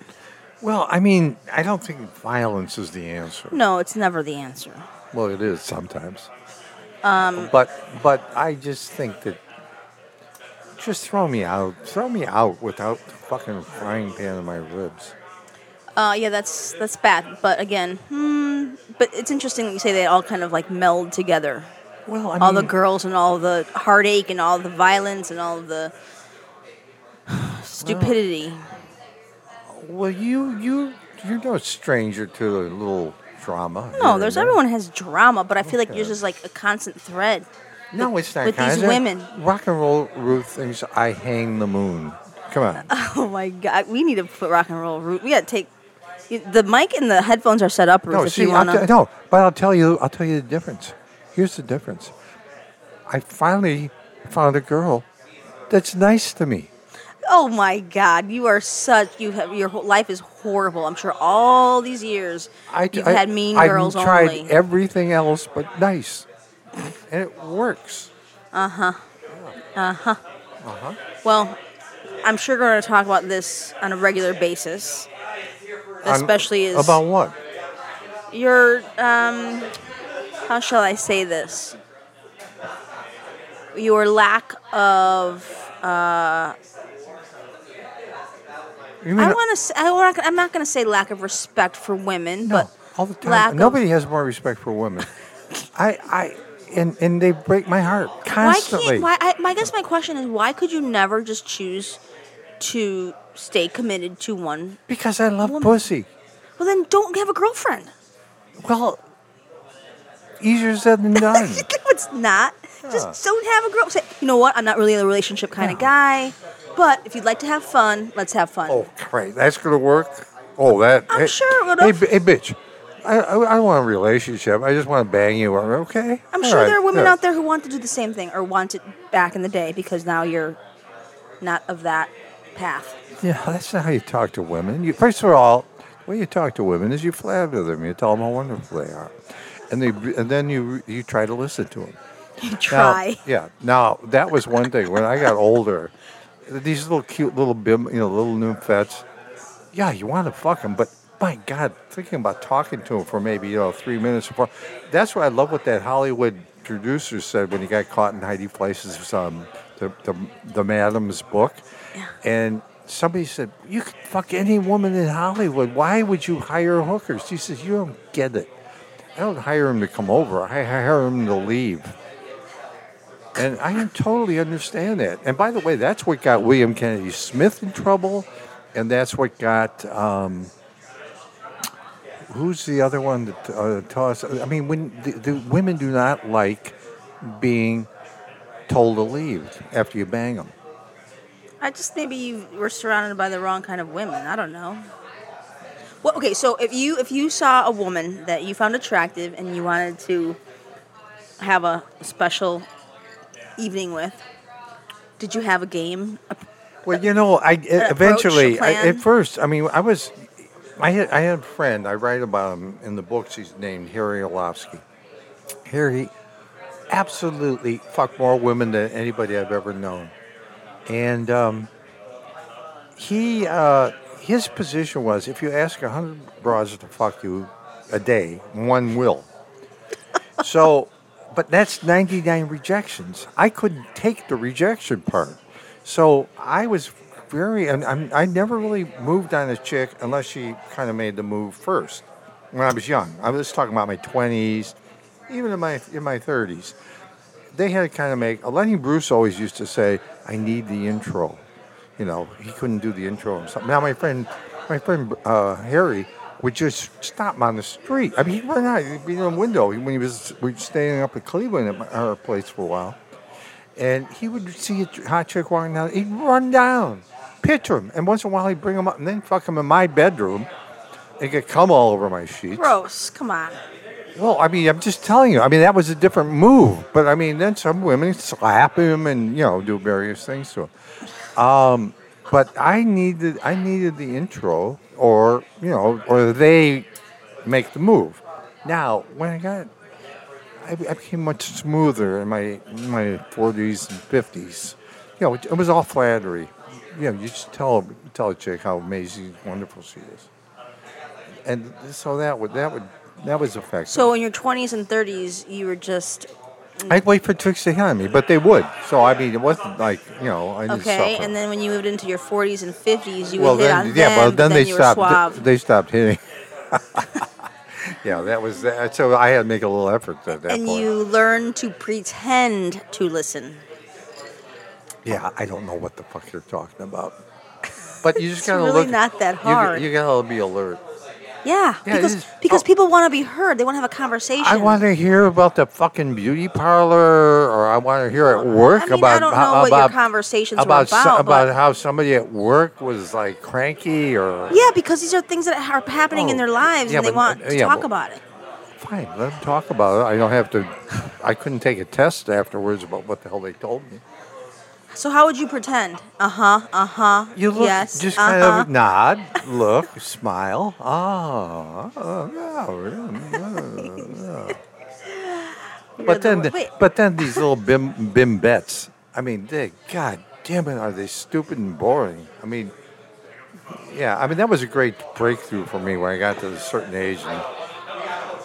Speaker 3: Well, I mean, I don't think violence is the answer.
Speaker 2: No, it's never the answer.
Speaker 3: Well, it is sometimes. Um, but but I just think that just throw me out, throw me out without the fucking frying pan in my ribs.
Speaker 2: Uh, yeah, that's that's bad. But again, hmm, but it's interesting that you say they all kind of like meld together.
Speaker 3: Well, I
Speaker 2: all the
Speaker 3: mean,
Speaker 2: girls and all the heartache and all the violence and all the [sighs] stupidity.
Speaker 3: well, you you you're no stranger to the little drama. here
Speaker 2: no,
Speaker 3: and
Speaker 2: there's
Speaker 3: there.
Speaker 2: everyone has drama, but I feel like yours
Speaker 3: Okay.
Speaker 2: is like a constant thread. [laughs]
Speaker 3: No, it's not
Speaker 2: with these
Speaker 3: kinda.
Speaker 2: women.
Speaker 3: Rock and roll Ruth thinks I hang the moon. Come on,
Speaker 2: Oh my god, we need to put rock and roll. Root. We gotta take you- the mic and the headphones are set up, Ruth.
Speaker 3: no,
Speaker 2: if
Speaker 3: see,
Speaker 2: you
Speaker 3: I'll
Speaker 2: wanna.
Speaker 3: t- no, but I'll tell you, I'll tell you the difference. Here's the difference. I finally found a girl that's nice to me.
Speaker 2: oh my god, you are such you have your whole life is horrible. I'm sure all these years
Speaker 3: I,
Speaker 2: you've
Speaker 3: I-
Speaker 2: had mean
Speaker 3: I've
Speaker 2: girls
Speaker 3: tried
Speaker 2: only.
Speaker 3: everything else but nice, and it works.
Speaker 2: Well, I'm sure we're going to talk about this on a regular basis,
Speaker 3: On-
Speaker 2: especially as
Speaker 3: about what?
Speaker 2: your um, how shall I say this? Your lack of
Speaker 3: You
Speaker 2: I
Speaker 3: mean-
Speaker 2: want to I'm not going to say lack of respect for women,
Speaker 3: No,
Speaker 2: but
Speaker 3: all the time.
Speaker 2: lack of-
Speaker 3: Nobody has more respect
Speaker 2: [laughs]
Speaker 3: for women. I, I, and and they break my heart
Speaker 2: why
Speaker 3: constantly.
Speaker 2: can't why I, my I guess my question is why could you never just choose to stay committed to one?
Speaker 3: Because I love
Speaker 2: Woman.
Speaker 3: pussy.
Speaker 2: Well, then don't have a girlfriend.
Speaker 3: Well, easier said
Speaker 2: [laughs]
Speaker 3: than done.
Speaker 2: no, it's not. Just don't have a girl. Say, you know what? I'm not really a relationship kind of guy. But if you'd like to have fun, let's have fun.
Speaker 3: oh, great. That's going to work. Oh, that.
Speaker 2: I'm
Speaker 3: hey,
Speaker 2: sure it
Speaker 3: Hey,
Speaker 2: would've.
Speaker 3: b- hey, bitch. I, I, I don't want a relationship. I just want to bang you. Okay.
Speaker 2: I'm
Speaker 3: All
Speaker 2: sure
Speaker 3: right,
Speaker 2: there are women
Speaker 3: yeah.
Speaker 2: out there who want to do the same thing or want it back in the day because now you're not of that path. [laughs]
Speaker 3: Yeah, that's not how you talk to women. You, first of all, the way you talk to women is you flatter them. You tell them how wonderful they are, and they and then you you try to listen to them.
Speaker 2: Try. [laughs]
Speaker 3: Now, yeah. Now that was one thing. When I got older, these little cute little bim, you know, little nymphets. Yeah, you want to fuck them, but my God, thinking about talking to them for maybe you know three minutes before. That's why I love what that Hollywood producer said when he got caught in Heidi Fleiss' um, the, the the Madam's book, and. Somebody said, You could fuck any woman in Hollywood. Why would you hire hookers? He says, You don't get it. I don't hire them to come over, I hire them to leave. And I can totally understand that. And by the way, that's what got William Kennedy Smith in trouble, and that's what got um, who's the other one that uh, tossed? I mean, when the, the women do not like being told to leave after you bang them.
Speaker 2: I I just maybe you were surrounded by the wrong kind of women. I don't know. Well, okay, so if you if you saw a woman that you found attractive and you wanted to have a special evening with, did you have a game? A-
Speaker 3: Well, you know, I e,
Speaker 2: approach,
Speaker 3: eventually
Speaker 2: a
Speaker 3: I,
Speaker 2: plan?
Speaker 3: at first, I mean, I was, I had, I had a friend. I write about him in the books. He's named Harry Olofsky. Harry absolutely fucked more women than anybody I've ever known, and um, he uh, his position was if you ask hundred broads to fuck you a day, one will. So, but that's 99 rejections. I couldn't take the rejection part. So I was very, and I'm, I never really moved on a chick unless she kind of made the move first when I was young. I was talking about my 20s, even in my, in my 30s. They had to kind of make, Lenny Bruce always used to say, I need the intro. You know, he couldn't do the intro himself. Now my friend, my friend uh, Harry would just stop him on the street. I mean, he'd run out, he'd be in the window when he was we were staying up in Cleveland at my- our place for a while, and he would see a ch- hot chick walking down. He'd run down, pitch him, and once in a while he'd bring him up and then fuck him in my bedroom. and get cum all over my sheets.
Speaker 2: Gross. Come on.
Speaker 3: Well, I mean, I'm just telling you. I mean, that was a different move. But I mean, then some women slap him and you know do various things to him. Um, but I needed I needed the intro, or you know, or they make the move. Now, when I got, I, I became much smoother in my in my 40s and 50s. You know, it, it was all flattery. You know, you just tell tell a chick how amazing, wonderful she is, and so that would that would that was effective.
Speaker 2: So in your 20s and 30s, you were just
Speaker 3: I'd wait for tricks to hit on me, but they would. So I mean, it wasn't like you know. I didn't
Speaker 2: okay,
Speaker 3: suffer.
Speaker 2: and then when you moved into your 40s and 50s, you
Speaker 3: well,
Speaker 2: would hit
Speaker 3: then
Speaker 2: on them.
Speaker 3: yeah, well,
Speaker 2: but
Speaker 3: then they
Speaker 2: you
Speaker 3: stopped.
Speaker 2: Were
Speaker 3: th-
Speaker 2: suave.
Speaker 3: They stopped hitting. [laughs] yeah, that was that. So I had to make a little effort at that
Speaker 2: and
Speaker 3: point.
Speaker 2: you learn to pretend to listen.
Speaker 3: yeah, I don't know what the fuck you're talking about.
Speaker 2: [laughs]
Speaker 3: But you just
Speaker 2: It's
Speaker 3: gotta
Speaker 2: really
Speaker 3: look.
Speaker 2: not that
Speaker 3: you-
Speaker 2: hard.
Speaker 3: You, gotta be alert.
Speaker 2: Yeah,
Speaker 3: Yeah, it
Speaker 2: because
Speaker 3: is.
Speaker 2: because
Speaker 3: Oh.
Speaker 2: people want to be heard. They want to have a conversation.
Speaker 3: I want to hear about the fucking beauty parlor, or I want to hear at work
Speaker 2: I mean,
Speaker 3: about
Speaker 2: I don't
Speaker 3: how-
Speaker 2: know what
Speaker 3: about
Speaker 2: your conversations were
Speaker 3: about
Speaker 2: about. but
Speaker 3: so- about how somebody at work was like cranky or
Speaker 2: yeah, because these are things that are happening in
Speaker 3: Oh,
Speaker 2: their lives,
Speaker 3: yeah,
Speaker 2: and they
Speaker 3: but,
Speaker 2: want
Speaker 3: uh,
Speaker 2: to
Speaker 3: yeah,
Speaker 2: talk
Speaker 3: well-
Speaker 2: about it.
Speaker 3: Fine, let them talk about it. I don't have to. I couldn't take a test afterwards about what the hell they told me.
Speaker 2: So how would you pretend? Uh huh. Uh huh.
Speaker 3: You look,
Speaker 2: yes,
Speaker 3: just
Speaker 2: uh-huh.
Speaker 3: kind of nod, look, [laughs] smile. Ah, oh, yeah, yeah,
Speaker 2: You're
Speaker 3: yeah.
Speaker 2: the
Speaker 3: but then,
Speaker 2: wor-
Speaker 3: the-
Speaker 2: wait.
Speaker 3: but then these little bim bimbettes. I mean, they, god damn it, are they stupid and boring? I mean, yeah. I mean, that was a great breakthrough for me when I got to a certain age. And,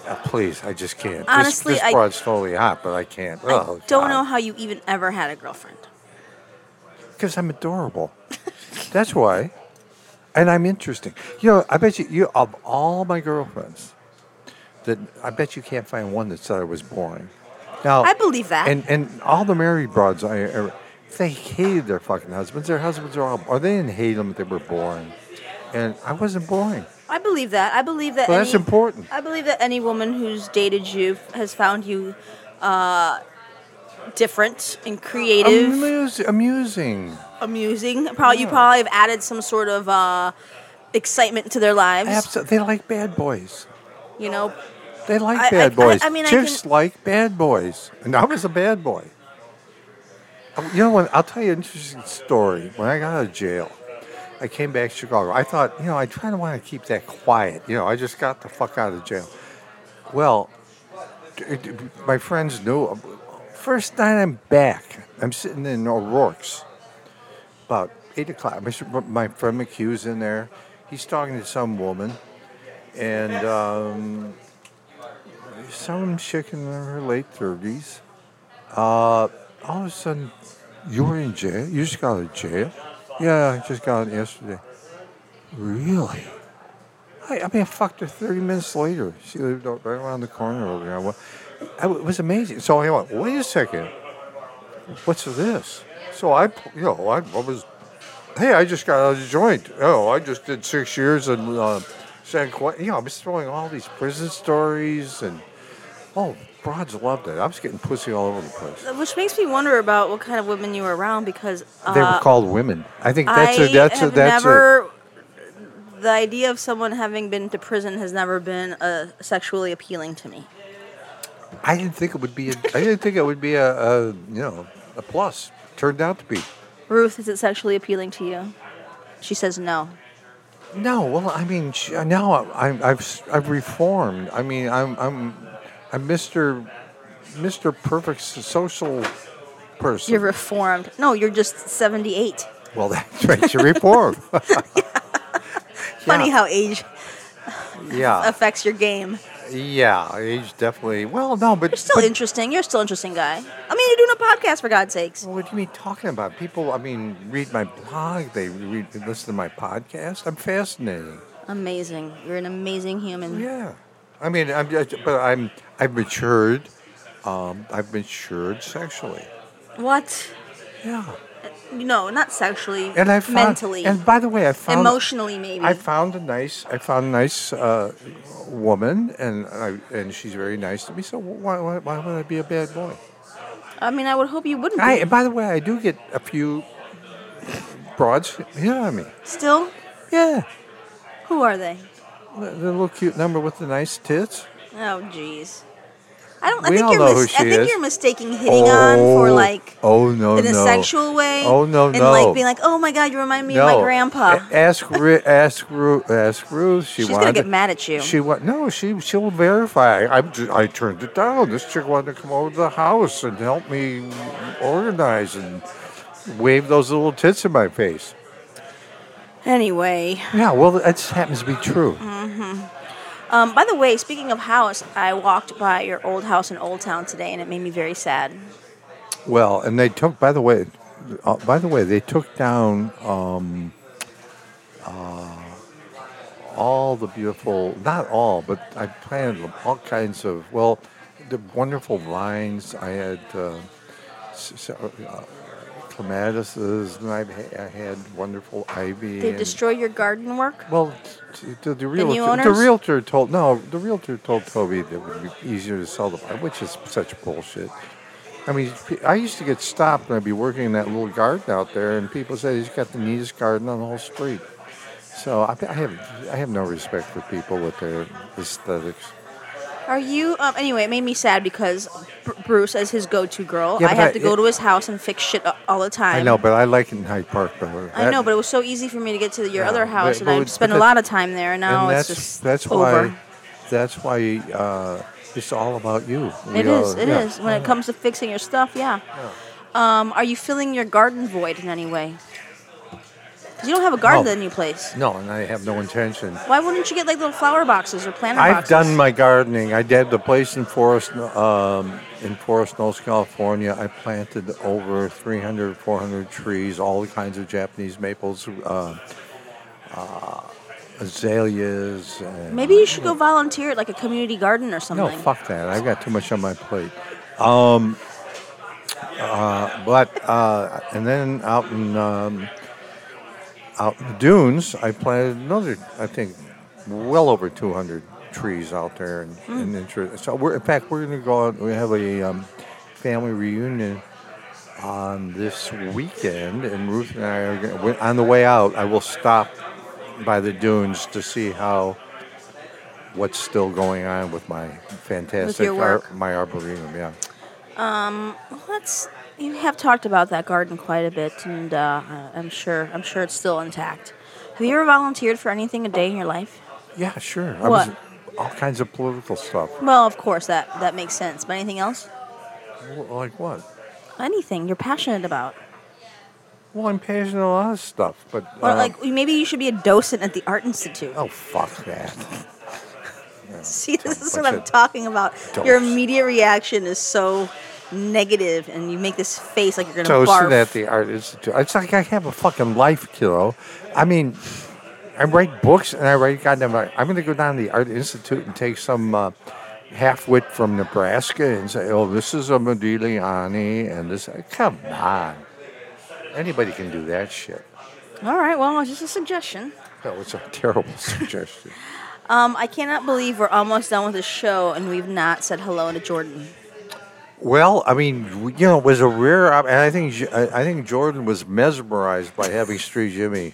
Speaker 3: uh, please, I just can't. This-
Speaker 2: Honestly,
Speaker 3: this,
Speaker 2: I-
Speaker 3: broad's totally hot, but I can't.
Speaker 2: I
Speaker 3: oh,
Speaker 2: don't
Speaker 3: God.
Speaker 2: know how you even ever had a girlfriend.
Speaker 3: Because I'm adorable. That's why. And I'm interesting. You know, I bet you, you of all my girlfriends, that I bet you can't find one that said I was boring. Now
Speaker 2: I believe that.
Speaker 3: And and all the married broads, I, I they hated their fucking husbands. Their husbands are all, or they didn't hate them. They were boring, and I wasn't boring.
Speaker 2: I believe that. I believe that.
Speaker 3: Well,
Speaker 2: any,
Speaker 3: that's important.
Speaker 2: I believe that any woman who's dated you has found you uh, different and creative,
Speaker 3: Amuse, amusing.
Speaker 2: amusing. Probably you probably have added some sort of uh, excitement to their lives.
Speaker 3: Absolutely, they like bad boys.
Speaker 2: You know,
Speaker 3: They like
Speaker 2: I- I-
Speaker 3: bad
Speaker 2: I-
Speaker 3: boys.
Speaker 2: I mean, I
Speaker 3: chicks
Speaker 2: can-
Speaker 3: like bad boys, and I was a bad boy. Oh, You know what? I'll tell you an interesting story. When I got out of jail, I came back to Chicago. I thought, you know, I kind of want to keep that quiet. You know, I just got the fuck out of jail. Well, it- it- my friends knew. uh, First night I'm back, I'm sitting in O'Rourke's about eight o'clock. My, my friend McHugh's in there. He's talking to some woman, and um, some chick in her late thirties. Uh, all of a sudden, you were in jail. You just got out of jail. Yeah, I just got out yesterday. Really? I, I mean, I fucked her 30 minutes later. She lived out- right around the corner over there. I wa- I w- it was amazing. So I went, wait a second. What's this? So I, p- you know, I, I was, hey, I just got out of the joint. Oh, I just did six years in uh, San Quentin. You know, I was throwing all these prison stories and Oh, broads loved it. I was getting pussy all over the place.
Speaker 2: Which makes me wonder about what kind of women you were around because uh,
Speaker 3: They were called women. I think that's
Speaker 2: I
Speaker 3: a that's a
Speaker 2: have
Speaker 3: that's a
Speaker 2: never. the idea of someone having been to prison has never been uh, sexually appealing to me.
Speaker 3: I didn't think it would be. A, I didn't think it would be a, a you know a plus. Turned out to be.
Speaker 2: Ruth, is it sexually appealing to you? She says no.
Speaker 3: No, well, I mean, sh- now I'm, I've s- I've reformed. I mean, I'm I'm I'm Mister Mister Perfect s- social person.
Speaker 2: You're reformed. No, you're just 78.
Speaker 3: well, that's right.
Speaker 2: [laughs]
Speaker 3: You're reformed.
Speaker 2: Funny
Speaker 3: Yeah.
Speaker 2: how age
Speaker 3: yeah,
Speaker 2: affects your game.
Speaker 3: yeah. Age definitely. Well, no, but
Speaker 2: You're still
Speaker 3: but-
Speaker 2: interesting. You're still an interesting guy. I mean, you're doing a podcast for God's sakes.
Speaker 3: What do you mean talking about? People, I mean, read my blog. They read, they listen to my podcast. I'm fascinating.
Speaker 2: Amazing. You're an amazing human.
Speaker 3: Yeah, I mean, I'm just, but I'm I've matured. Um, I've matured sexually.
Speaker 2: What?
Speaker 3: Yeah,
Speaker 2: No, not sexually.
Speaker 3: and I found,
Speaker 2: mentally,
Speaker 3: And by the way, I found
Speaker 2: emotionally, maybe.
Speaker 3: I found a nice. I found a nice uh, woman, and I, and she's very nice to me. So why, why why would I be a bad boy?
Speaker 2: I mean, I would hope you wouldn't.
Speaker 3: I
Speaker 2: Be.
Speaker 3: and by the way, I do get a few broads hit on me.
Speaker 2: Still,
Speaker 3: Yeah.
Speaker 2: who are they?
Speaker 3: The the little cute number with the nice tits.
Speaker 2: Oh, jeez. I don't. I
Speaker 3: We
Speaker 2: think
Speaker 3: all
Speaker 2: you're.
Speaker 3: know who
Speaker 2: I
Speaker 3: she
Speaker 2: think
Speaker 3: is.
Speaker 2: you're mistaking hitting on for like
Speaker 3: oh no
Speaker 2: in a
Speaker 3: no
Speaker 2: sexual way.
Speaker 3: Oh, no,
Speaker 2: and
Speaker 3: no.
Speaker 2: like being like, oh my god, you remind me
Speaker 3: no. Eh,
Speaker 2: of my grandpa.
Speaker 3: A- ask Ru- ask Ru- ask Ruth. She
Speaker 2: She's
Speaker 3: wanted.
Speaker 2: gonna get mad at you.
Speaker 3: She went. No, she she'll verify. I I turned it down. This chick wanted to come over to the house and help me organize and wave those little tits in my face.
Speaker 2: anyway,
Speaker 3: Yeah, well, that just happens to be true.
Speaker 2: um, by the way, speaking of house, I walked by your old house in Old Town today, and it made me very sad.
Speaker 3: Well, and they took. By the way, uh, by the way, they took down um, uh, all the beautiful. Not all, but I planted all kinds of. Well, the wonderful vines. I had uh, s- s- uh, clematis, and I've ha- I had wonderful ivy.
Speaker 2: They
Speaker 3: and-
Speaker 2: destroy your garden work.
Speaker 3: well, t- t- the, the realtor, the
Speaker 2: owners?
Speaker 3: realtor told no, the realtor told Toby that it would be easier to sell the which is such bullshit. I mean, p- I used to get stopped when I'd be working in that little garden out there, and people said he's got the neatest garden on the whole street. So I, I have I have no respect for people with their aesthetics.
Speaker 2: Are you? Um, anyway, it made me sad because Br- Bruce, as his go-to girl,
Speaker 3: Yeah,
Speaker 2: I
Speaker 3: but
Speaker 2: have
Speaker 3: I-
Speaker 2: to go
Speaker 3: it-
Speaker 2: to his house and fix shit a- all the time.
Speaker 3: I know, but I like it in Hyde Park better.
Speaker 2: I know, but it was so easy for me to get to your
Speaker 3: Yeah,
Speaker 2: other
Speaker 3: but-
Speaker 2: house,
Speaker 3: but
Speaker 2: and I
Speaker 3: it-
Speaker 2: spent a
Speaker 3: but
Speaker 2: lot of time there, and now
Speaker 3: and
Speaker 2: it's
Speaker 3: that's
Speaker 2: just
Speaker 3: that's
Speaker 2: over.
Speaker 3: why that's why uh, it's all about you.
Speaker 2: It is. It is. When it comes
Speaker 3: comes.
Speaker 2: to fixing your stuff, yeah. Um, are you filling your garden void in any way? 'Cause you don't have a garden
Speaker 3: No.
Speaker 2: in your place.
Speaker 3: No, and I have no intention.
Speaker 2: Why wouldn't you get like little flower boxes or planter
Speaker 3: I've
Speaker 2: boxes?
Speaker 3: done my gardening. I did the place in Forest, um, in Forest Knolls, California. I planted over 300, 400 trees, all kinds of Japanese maples, uh, uh, azaleas. And
Speaker 2: Maybe you should go volunteer at like a community garden or
Speaker 3: no,
Speaker 2: something.
Speaker 3: fuck that. I've got too much on my plate. Um, uh, but uh, and then out in um, out in the dunes, I planted another. I think well over 200 trees out there, and, and inter- so we're in fact we're going to go out. We have a um, family reunion on this weekend, and Ruth and I are gonna, we're- on the way out. I will stop by the dunes to see how what's still going on with my fantastic
Speaker 2: work.
Speaker 3: my arboretum. Yeah,
Speaker 2: Well, that's you have talked about that garden quite a bit, and uh, I- I'm sure I'm sure it's still intact. Have you ever volunteered for anything a day in your life?
Speaker 3: yeah, sure. I was
Speaker 2: What?
Speaker 3: all kinds of political stuff.
Speaker 2: Well, of course that that makes sense. But anything else?
Speaker 3: Like what?
Speaker 2: Anything you're passionate about?
Speaker 3: Well, I'm passionate about a lot of stuff, but
Speaker 2: Or
Speaker 3: uh,
Speaker 2: like maybe you should be a docent at the art institute.
Speaker 3: oh fuck that.
Speaker 2: [laughs] See, this is
Speaker 3: bunch
Speaker 2: what I'm
Speaker 3: of
Speaker 2: talking about. Your
Speaker 3: dopes.
Speaker 2: immediate reaction is so negative, and you make this face like you're gonna
Speaker 3: toasted
Speaker 2: barf.
Speaker 3: at the art institute. It's like I have a fucking life, kiddo. I mean, I write books and I write goddamn. I'm going to go down to the art institute and take some uh, half wit from Nebraska and say, "Oh, this is a Modigliani," and this. Come on, anybody can do that shit.
Speaker 2: All right, well, it's just a suggestion.
Speaker 3: [laughs] No, it's a terrible suggestion.
Speaker 2: Um, I cannot believe we're almost done with the show and we've not said hello to Jordan.
Speaker 3: Well, I mean, w- you know, it was a rare. op- And I think J- I I think Jordan was mesmerized by Heavy Street Jimmy.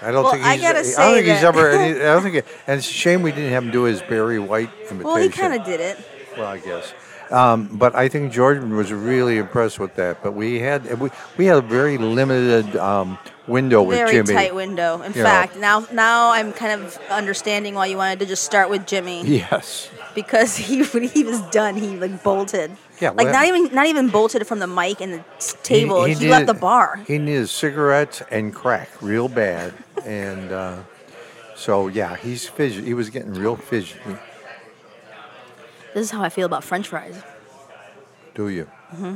Speaker 3: I don't
Speaker 2: Well,
Speaker 3: think
Speaker 2: I
Speaker 3: he's,
Speaker 2: gotta
Speaker 3: I don't
Speaker 2: say
Speaker 3: think he's
Speaker 2: that-
Speaker 3: ever.
Speaker 2: [laughs]
Speaker 3: Any, I don't think. And it's a shame we didn't have him do his Barry White imitation.
Speaker 2: Well, he kind of did it.
Speaker 3: Well, I guess. Um, but I think Jordan was really impressed with that. But we had we, we had a very limited um, window with
Speaker 2: Very
Speaker 3: Jimmy.
Speaker 2: tight window. In
Speaker 3: You know.
Speaker 2: fact, now now I'm kind of understanding why you wanted to just start with Jimmy
Speaker 3: Yes.
Speaker 2: because [laughs] he when he was done, he like bolted.
Speaker 3: Yeah,
Speaker 2: like
Speaker 3: well-
Speaker 2: not even not even bolted from the mic and the s- table. He,
Speaker 3: did-
Speaker 2: left the bar.
Speaker 3: He needed cigarettes and crack real bad, and uh, so yeah, he's fidgety. He was getting real fidgety.
Speaker 2: This is how I feel about French fries.
Speaker 3: Do you? Mm-hmm.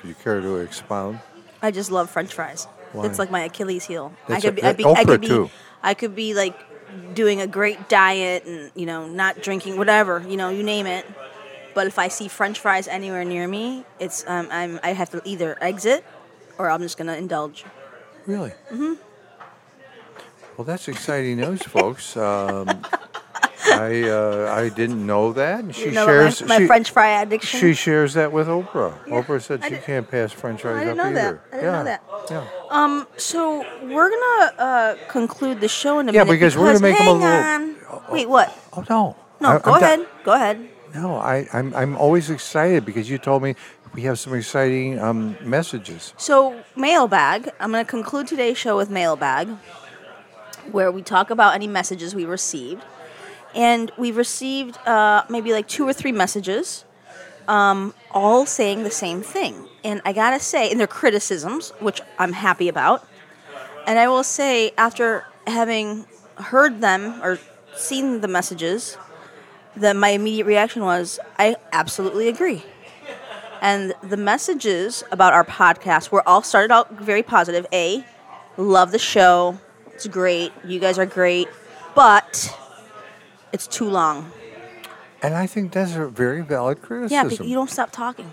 Speaker 3: Do you care to expound?
Speaker 2: I just love French fries.
Speaker 3: Why?
Speaker 2: It's like my Achilles heel. I
Speaker 3: That's
Speaker 2: could
Speaker 3: a-
Speaker 2: be, I'd
Speaker 3: that-
Speaker 2: be, I
Speaker 3: Oprah,
Speaker 2: could be,
Speaker 3: too.
Speaker 2: I could be like doing a great diet and you know not drinking whatever you know you name it. But if I see French fries anywhere near me, it's um, I'm I have to either exit or I'm just gonna indulge.
Speaker 3: Really? Mm-hmm. Well, that's exciting news, folks. Um, I uh, I didn't know that. And she
Speaker 2: you know about
Speaker 3: shares
Speaker 2: my, my
Speaker 3: she,
Speaker 2: French fry addiction.
Speaker 3: She shares that with Oprah. Oprah said
Speaker 2: I
Speaker 3: she
Speaker 2: did-
Speaker 3: can't pass French fries
Speaker 2: didn't
Speaker 3: up
Speaker 2: know that.
Speaker 3: either.
Speaker 2: I didn't know that.
Speaker 3: yeah. Yeah.
Speaker 2: um, so we're gonna uh, conclude the show in a
Speaker 3: Yeah,
Speaker 2: minute.
Speaker 3: because we're gonna make 'em a
Speaker 2: hang
Speaker 3: little-
Speaker 2: on. Wait, what?
Speaker 3: Oh no.
Speaker 2: No,
Speaker 3: I- I'm
Speaker 2: go
Speaker 3: di-
Speaker 2: ahead. Go ahead.
Speaker 3: No, I, I'm I'm always excited because you told me we have some exciting um, messages.
Speaker 2: So, mailbag. I'm going to conclude today's show with mailbag, where we talk about any messages we received. And we received uh, maybe like two or three messages, um, all saying the same thing. And I got to say, and they're criticisms, which I'm happy about. And I will say, after having heard them or seen the messages, that my immediate reaction was, I absolutely agree. And the messages about our podcast were all started out very positive. A, love the show. It's great. You guys are great. But it's too long.
Speaker 3: And I think that's a very valid criticism.
Speaker 2: Yeah, but you don't stop talking.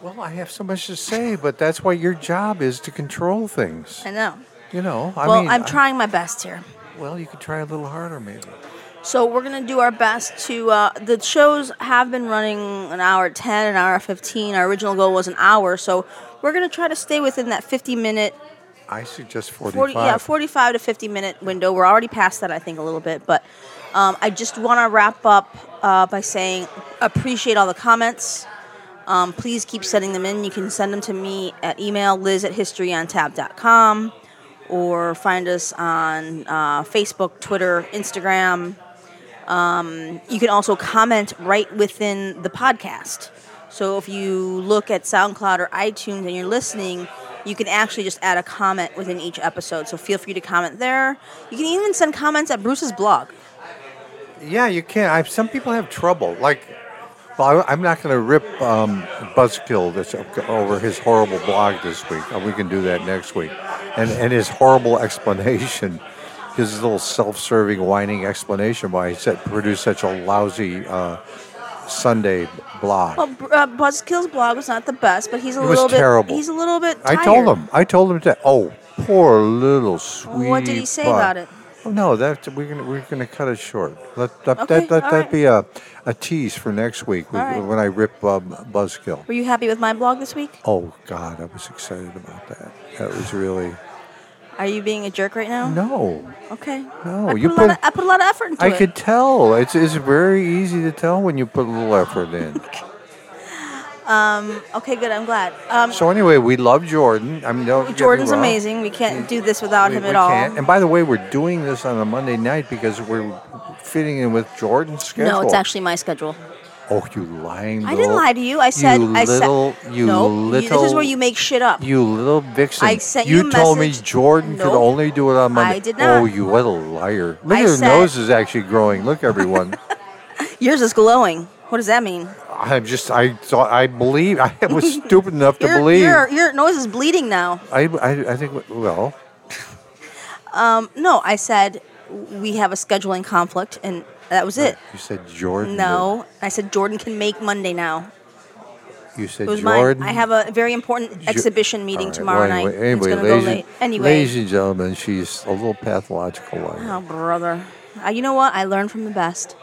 Speaker 3: well, I have so much to say, but that's why your job is to control things.
Speaker 2: I know.
Speaker 3: You know, I
Speaker 2: well,
Speaker 3: mean,
Speaker 2: I'm
Speaker 3: I-
Speaker 2: trying my best here.
Speaker 3: Well, you could try a little harder, maybe.
Speaker 2: So we're gonna do our best to. Uh, the shows have been running an hour ten, an hour fifteen. Our original goal was an hour, so we're gonna try to stay within that fifty minute
Speaker 3: 45.
Speaker 2: 40, yeah, 45 to 50 minute window. We're already past that, I think, a little bit. But um, I just want to wrap up uh, by saying appreciate all the comments. Um, please keep sending them in. You can send them to me at email liz at historyontap.com or find us on uh, Facebook, Twitter, Instagram. Um, you can also comment right within the podcast. So if you look at SoundCloud or iTunes and you're listening, you can actually just add a comment within each episode. So feel free to comment there. You can even send comments at Bruce's blog.
Speaker 3: Yeah, you can. I, some people have trouble. Like, well, I, I'm not going to rip um, Buzzkill that's up- over his horrible blog this week. Uh, We can do that next week, and and his horrible explanation, his little self-serving, whining explanation why he said produced such a lousy uh, Sunday blog.
Speaker 2: Well, Br- uh, Buzzkill's blog was not the best, but he's a
Speaker 3: It was
Speaker 2: little bit
Speaker 3: terrible.
Speaker 2: He's a little bit.
Speaker 3: I
Speaker 2: Tired.
Speaker 3: told him. I told him to. Oh, poor little sweet.
Speaker 2: What did he say
Speaker 3: bug.
Speaker 2: about it?
Speaker 3: Oh, no, that we're gonna we're gonna cut it short. Let that
Speaker 2: Okay,
Speaker 3: that, that,
Speaker 2: all
Speaker 3: that
Speaker 2: right.
Speaker 3: be a, a tease for next week when,
Speaker 2: All right.
Speaker 3: when I rip um, Buzzkill.
Speaker 2: Were you happy with my blog this week?
Speaker 3: Oh God, I was excited about that. That was really
Speaker 2: Are you being a jerk right now?
Speaker 3: no.
Speaker 2: Okay.
Speaker 3: No,
Speaker 2: I put
Speaker 3: you
Speaker 2: a lot
Speaker 3: put-
Speaker 2: of, I put a lot of effort into
Speaker 3: I
Speaker 2: it.
Speaker 3: could tell. It's it's very easy to tell when you put a little effort
Speaker 2: [laughs]
Speaker 3: in.
Speaker 2: Okay, good. I'm glad. Um,
Speaker 3: so anyway, we love Jordan. I mean, don't get me
Speaker 2: Jordan's
Speaker 3: wrong.
Speaker 2: amazing. We can't do this without
Speaker 3: We-
Speaker 2: him
Speaker 3: we
Speaker 2: at all.
Speaker 3: can't. And by the way, we're doing this on a Monday night because we're fitting in with Jordan's schedule.
Speaker 2: No, it's actually my schedule.
Speaker 3: Oh, you lying!
Speaker 2: I
Speaker 3: little-
Speaker 2: didn't lie to you. I said
Speaker 3: you
Speaker 2: I
Speaker 3: little,
Speaker 2: said
Speaker 3: you
Speaker 2: no,
Speaker 3: little.
Speaker 2: This is where you make shit up.
Speaker 3: You little vixen!
Speaker 2: I sent you a
Speaker 3: told me
Speaker 2: message.
Speaker 3: Jordan could
Speaker 2: Nope.
Speaker 3: only do it on Monday.
Speaker 2: I did
Speaker 3: Oh,
Speaker 2: not.
Speaker 3: you what a liar! Look,
Speaker 2: I
Speaker 3: your
Speaker 2: said-
Speaker 3: nose is actually growing. Look,
Speaker 2: [laughs]
Speaker 3: everyone.
Speaker 2: Yours is glowing. What does that mean?
Speaker 3: I'm just. I thought. I believe. I was stupid enough to
Speaker 2: Your,
Speaker 3: believe.
Speaker 2: your your nose is bleeding now.
Speaker 3: I, I. I think. Well.
Speaker 2: No, I said we have a scheduling conflict, and that was it.
Speaker 3: You said Jordan.
Speaker 2: No, I said Jordan can make Monday now.
Speaker 3: You said
Speaker 2: It was
Speaker 3: Jordan.
Speaker 2: mine. I have a very important exhibition meeting
Speaker 3: All right,
Speaker 2: tomorrow
Speaker 3: well,
Speaker 2: night.
Speaker 3: Anyway,
Speaker 2: it's
Speaker 3: anyway,
Speaker 2: gonna
Speaker 3: ladies,
Speaker 2: go late. Anyway.
Speaker 3: ladies and gentlemen, she's a little pathological liar.
Speaker 2: Oh, brother. Uh, you know what? I learned from the best.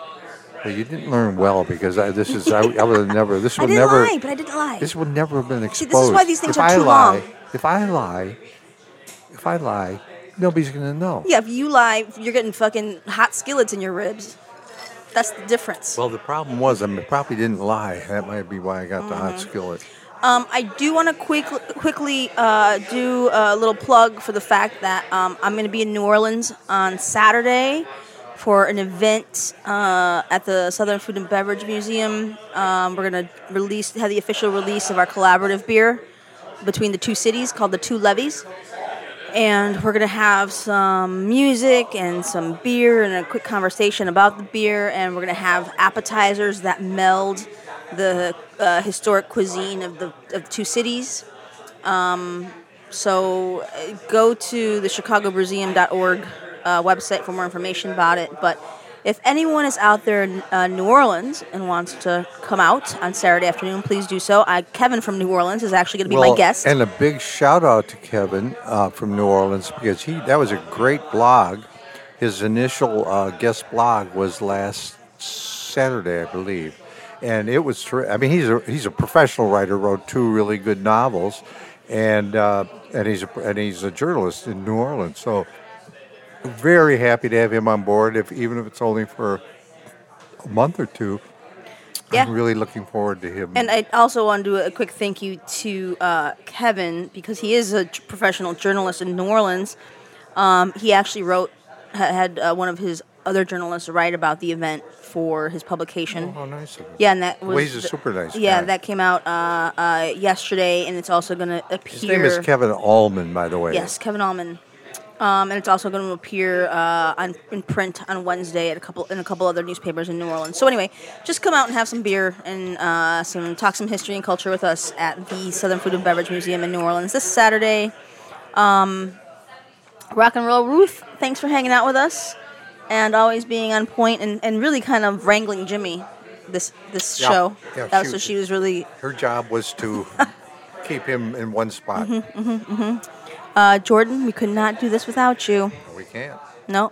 Speaker 3: Well, you didn't learn well because I, this is I, I would never. This
Speaker 2: I
Speaker 3: would
Speaker 2: didn't
Speaker 3: never.
Speaker 2: lie, but I didn't lie.
Speaker 3: This would never have been exposed.
Speaker 2: See, this is why these things
Speaker 3: if
Speaker 2: are
Speaker 3: I
Speaker 2: too
Speaker 3: lie,
Speaker 2: long.
Speaker 3: If I lie, if I lie, nobody's gonna know.
Speaker 2: yeah, if you lie, you're getting fucking hot skillets in your ribs. That's the difference.
Speaker 3: Well, the problem was I probably didn't lie. That might be why I got the hot skillet.
Speaker 2: Um, I do want to quick, quickly uh, do a little plug for the fact that um, I'm going to be in New Orleans on Saturday for an event uh, at the Southern Food and Beverage Museum. Um, we're going to release have the official release of our collaborative beer between the two cities called the Two Levees. And we're gonna have some music and some beer and a quick conversation about the beer. And we're gonna have appetizers that meld the uh, historic cuisine of the of the two cities. Um, so uh, go to the ChicagoBruseum.org uh, website for more information about it. But if anyone is out there in uh, New Orleans and wants to come out on Saturday afternoon, please do so. I, Kevin from New Orleans is actually gonna be
Speaker 3: well,
Speaker 2: my guest.
Speaker 3: And a big shout out to Kevin uh, from New Orleans because he that was a great blog. His initial uh, guest blog was last Saturday, I believe, and it was. Ter- I mean, he's a he's a professional writer. Wrote two really good novels, and uh, and he's a, and he's a journalist in New Orleans. So very happy to have him on board, if even if it's only for a month or two.
Speaker 2: Yeah.
Speaker 3: I'm really looking forward to him.
Speaker 2: And I also want to do a quick thank you to uh, Kevin because he is a j- professional journalist in New Orleans. Um, he actually wrote, ha- had uh, one of his other journalists write about the event for his publication.
Speaker 3: oh, nice. of him.
Speaker 2: Yeah, and that was.
Speaker 3: Well, he's a super nice
Speaker 2: Yeah,
Speaker 3: guy.
Speaker 2: that came out uh, uh, yesterday, and it's also going to appear.
Speaker 3: His name is Kevin Allman, by the way.
Speaker 2: Yes, Kevin Allman. Um, and it's also going to appear uh, on, in print on Wednesday at a couple in a couple other newspapers in New Orleans. So anyway, just come out and have some beer and uh, some talk some history and culture with us at the Southern Food and Beverage Museum in New Orleans this Saturday. Um, rock and roll Ruth, thanks for hanging out with us and always being on point and, and really kind of wrangling Jimmy this this
Speaker 3: Yeah.
Speaker 2: show.
Speaker 3: Yeah,
Speaker 2: that was,
Speaker 3: she
Speaker 2: so
Speaker 3: was-
Speaker 2: she was really
Speaker 3: Her job was to keep him in one spot.
Speaker 2: uh, Jordan. We could not do this without you.
Speaker 3: We can't.
Speaker 2: No.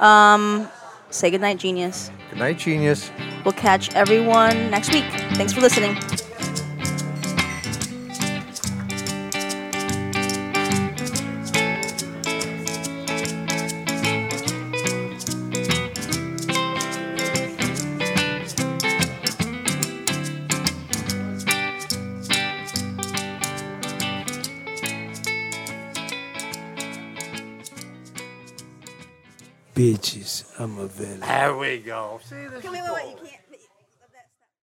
Speaker 2: Um, say goodnight, genius.
Speaker 3: Good night, genius.
Speaker 2: We'll catch everyone next week. Thanks for listening.
Speaker 4: Bitches, I'm a villain.
Speaker 3: There we go. See, this
Speaker 2: Wait, wait, wait, you can't.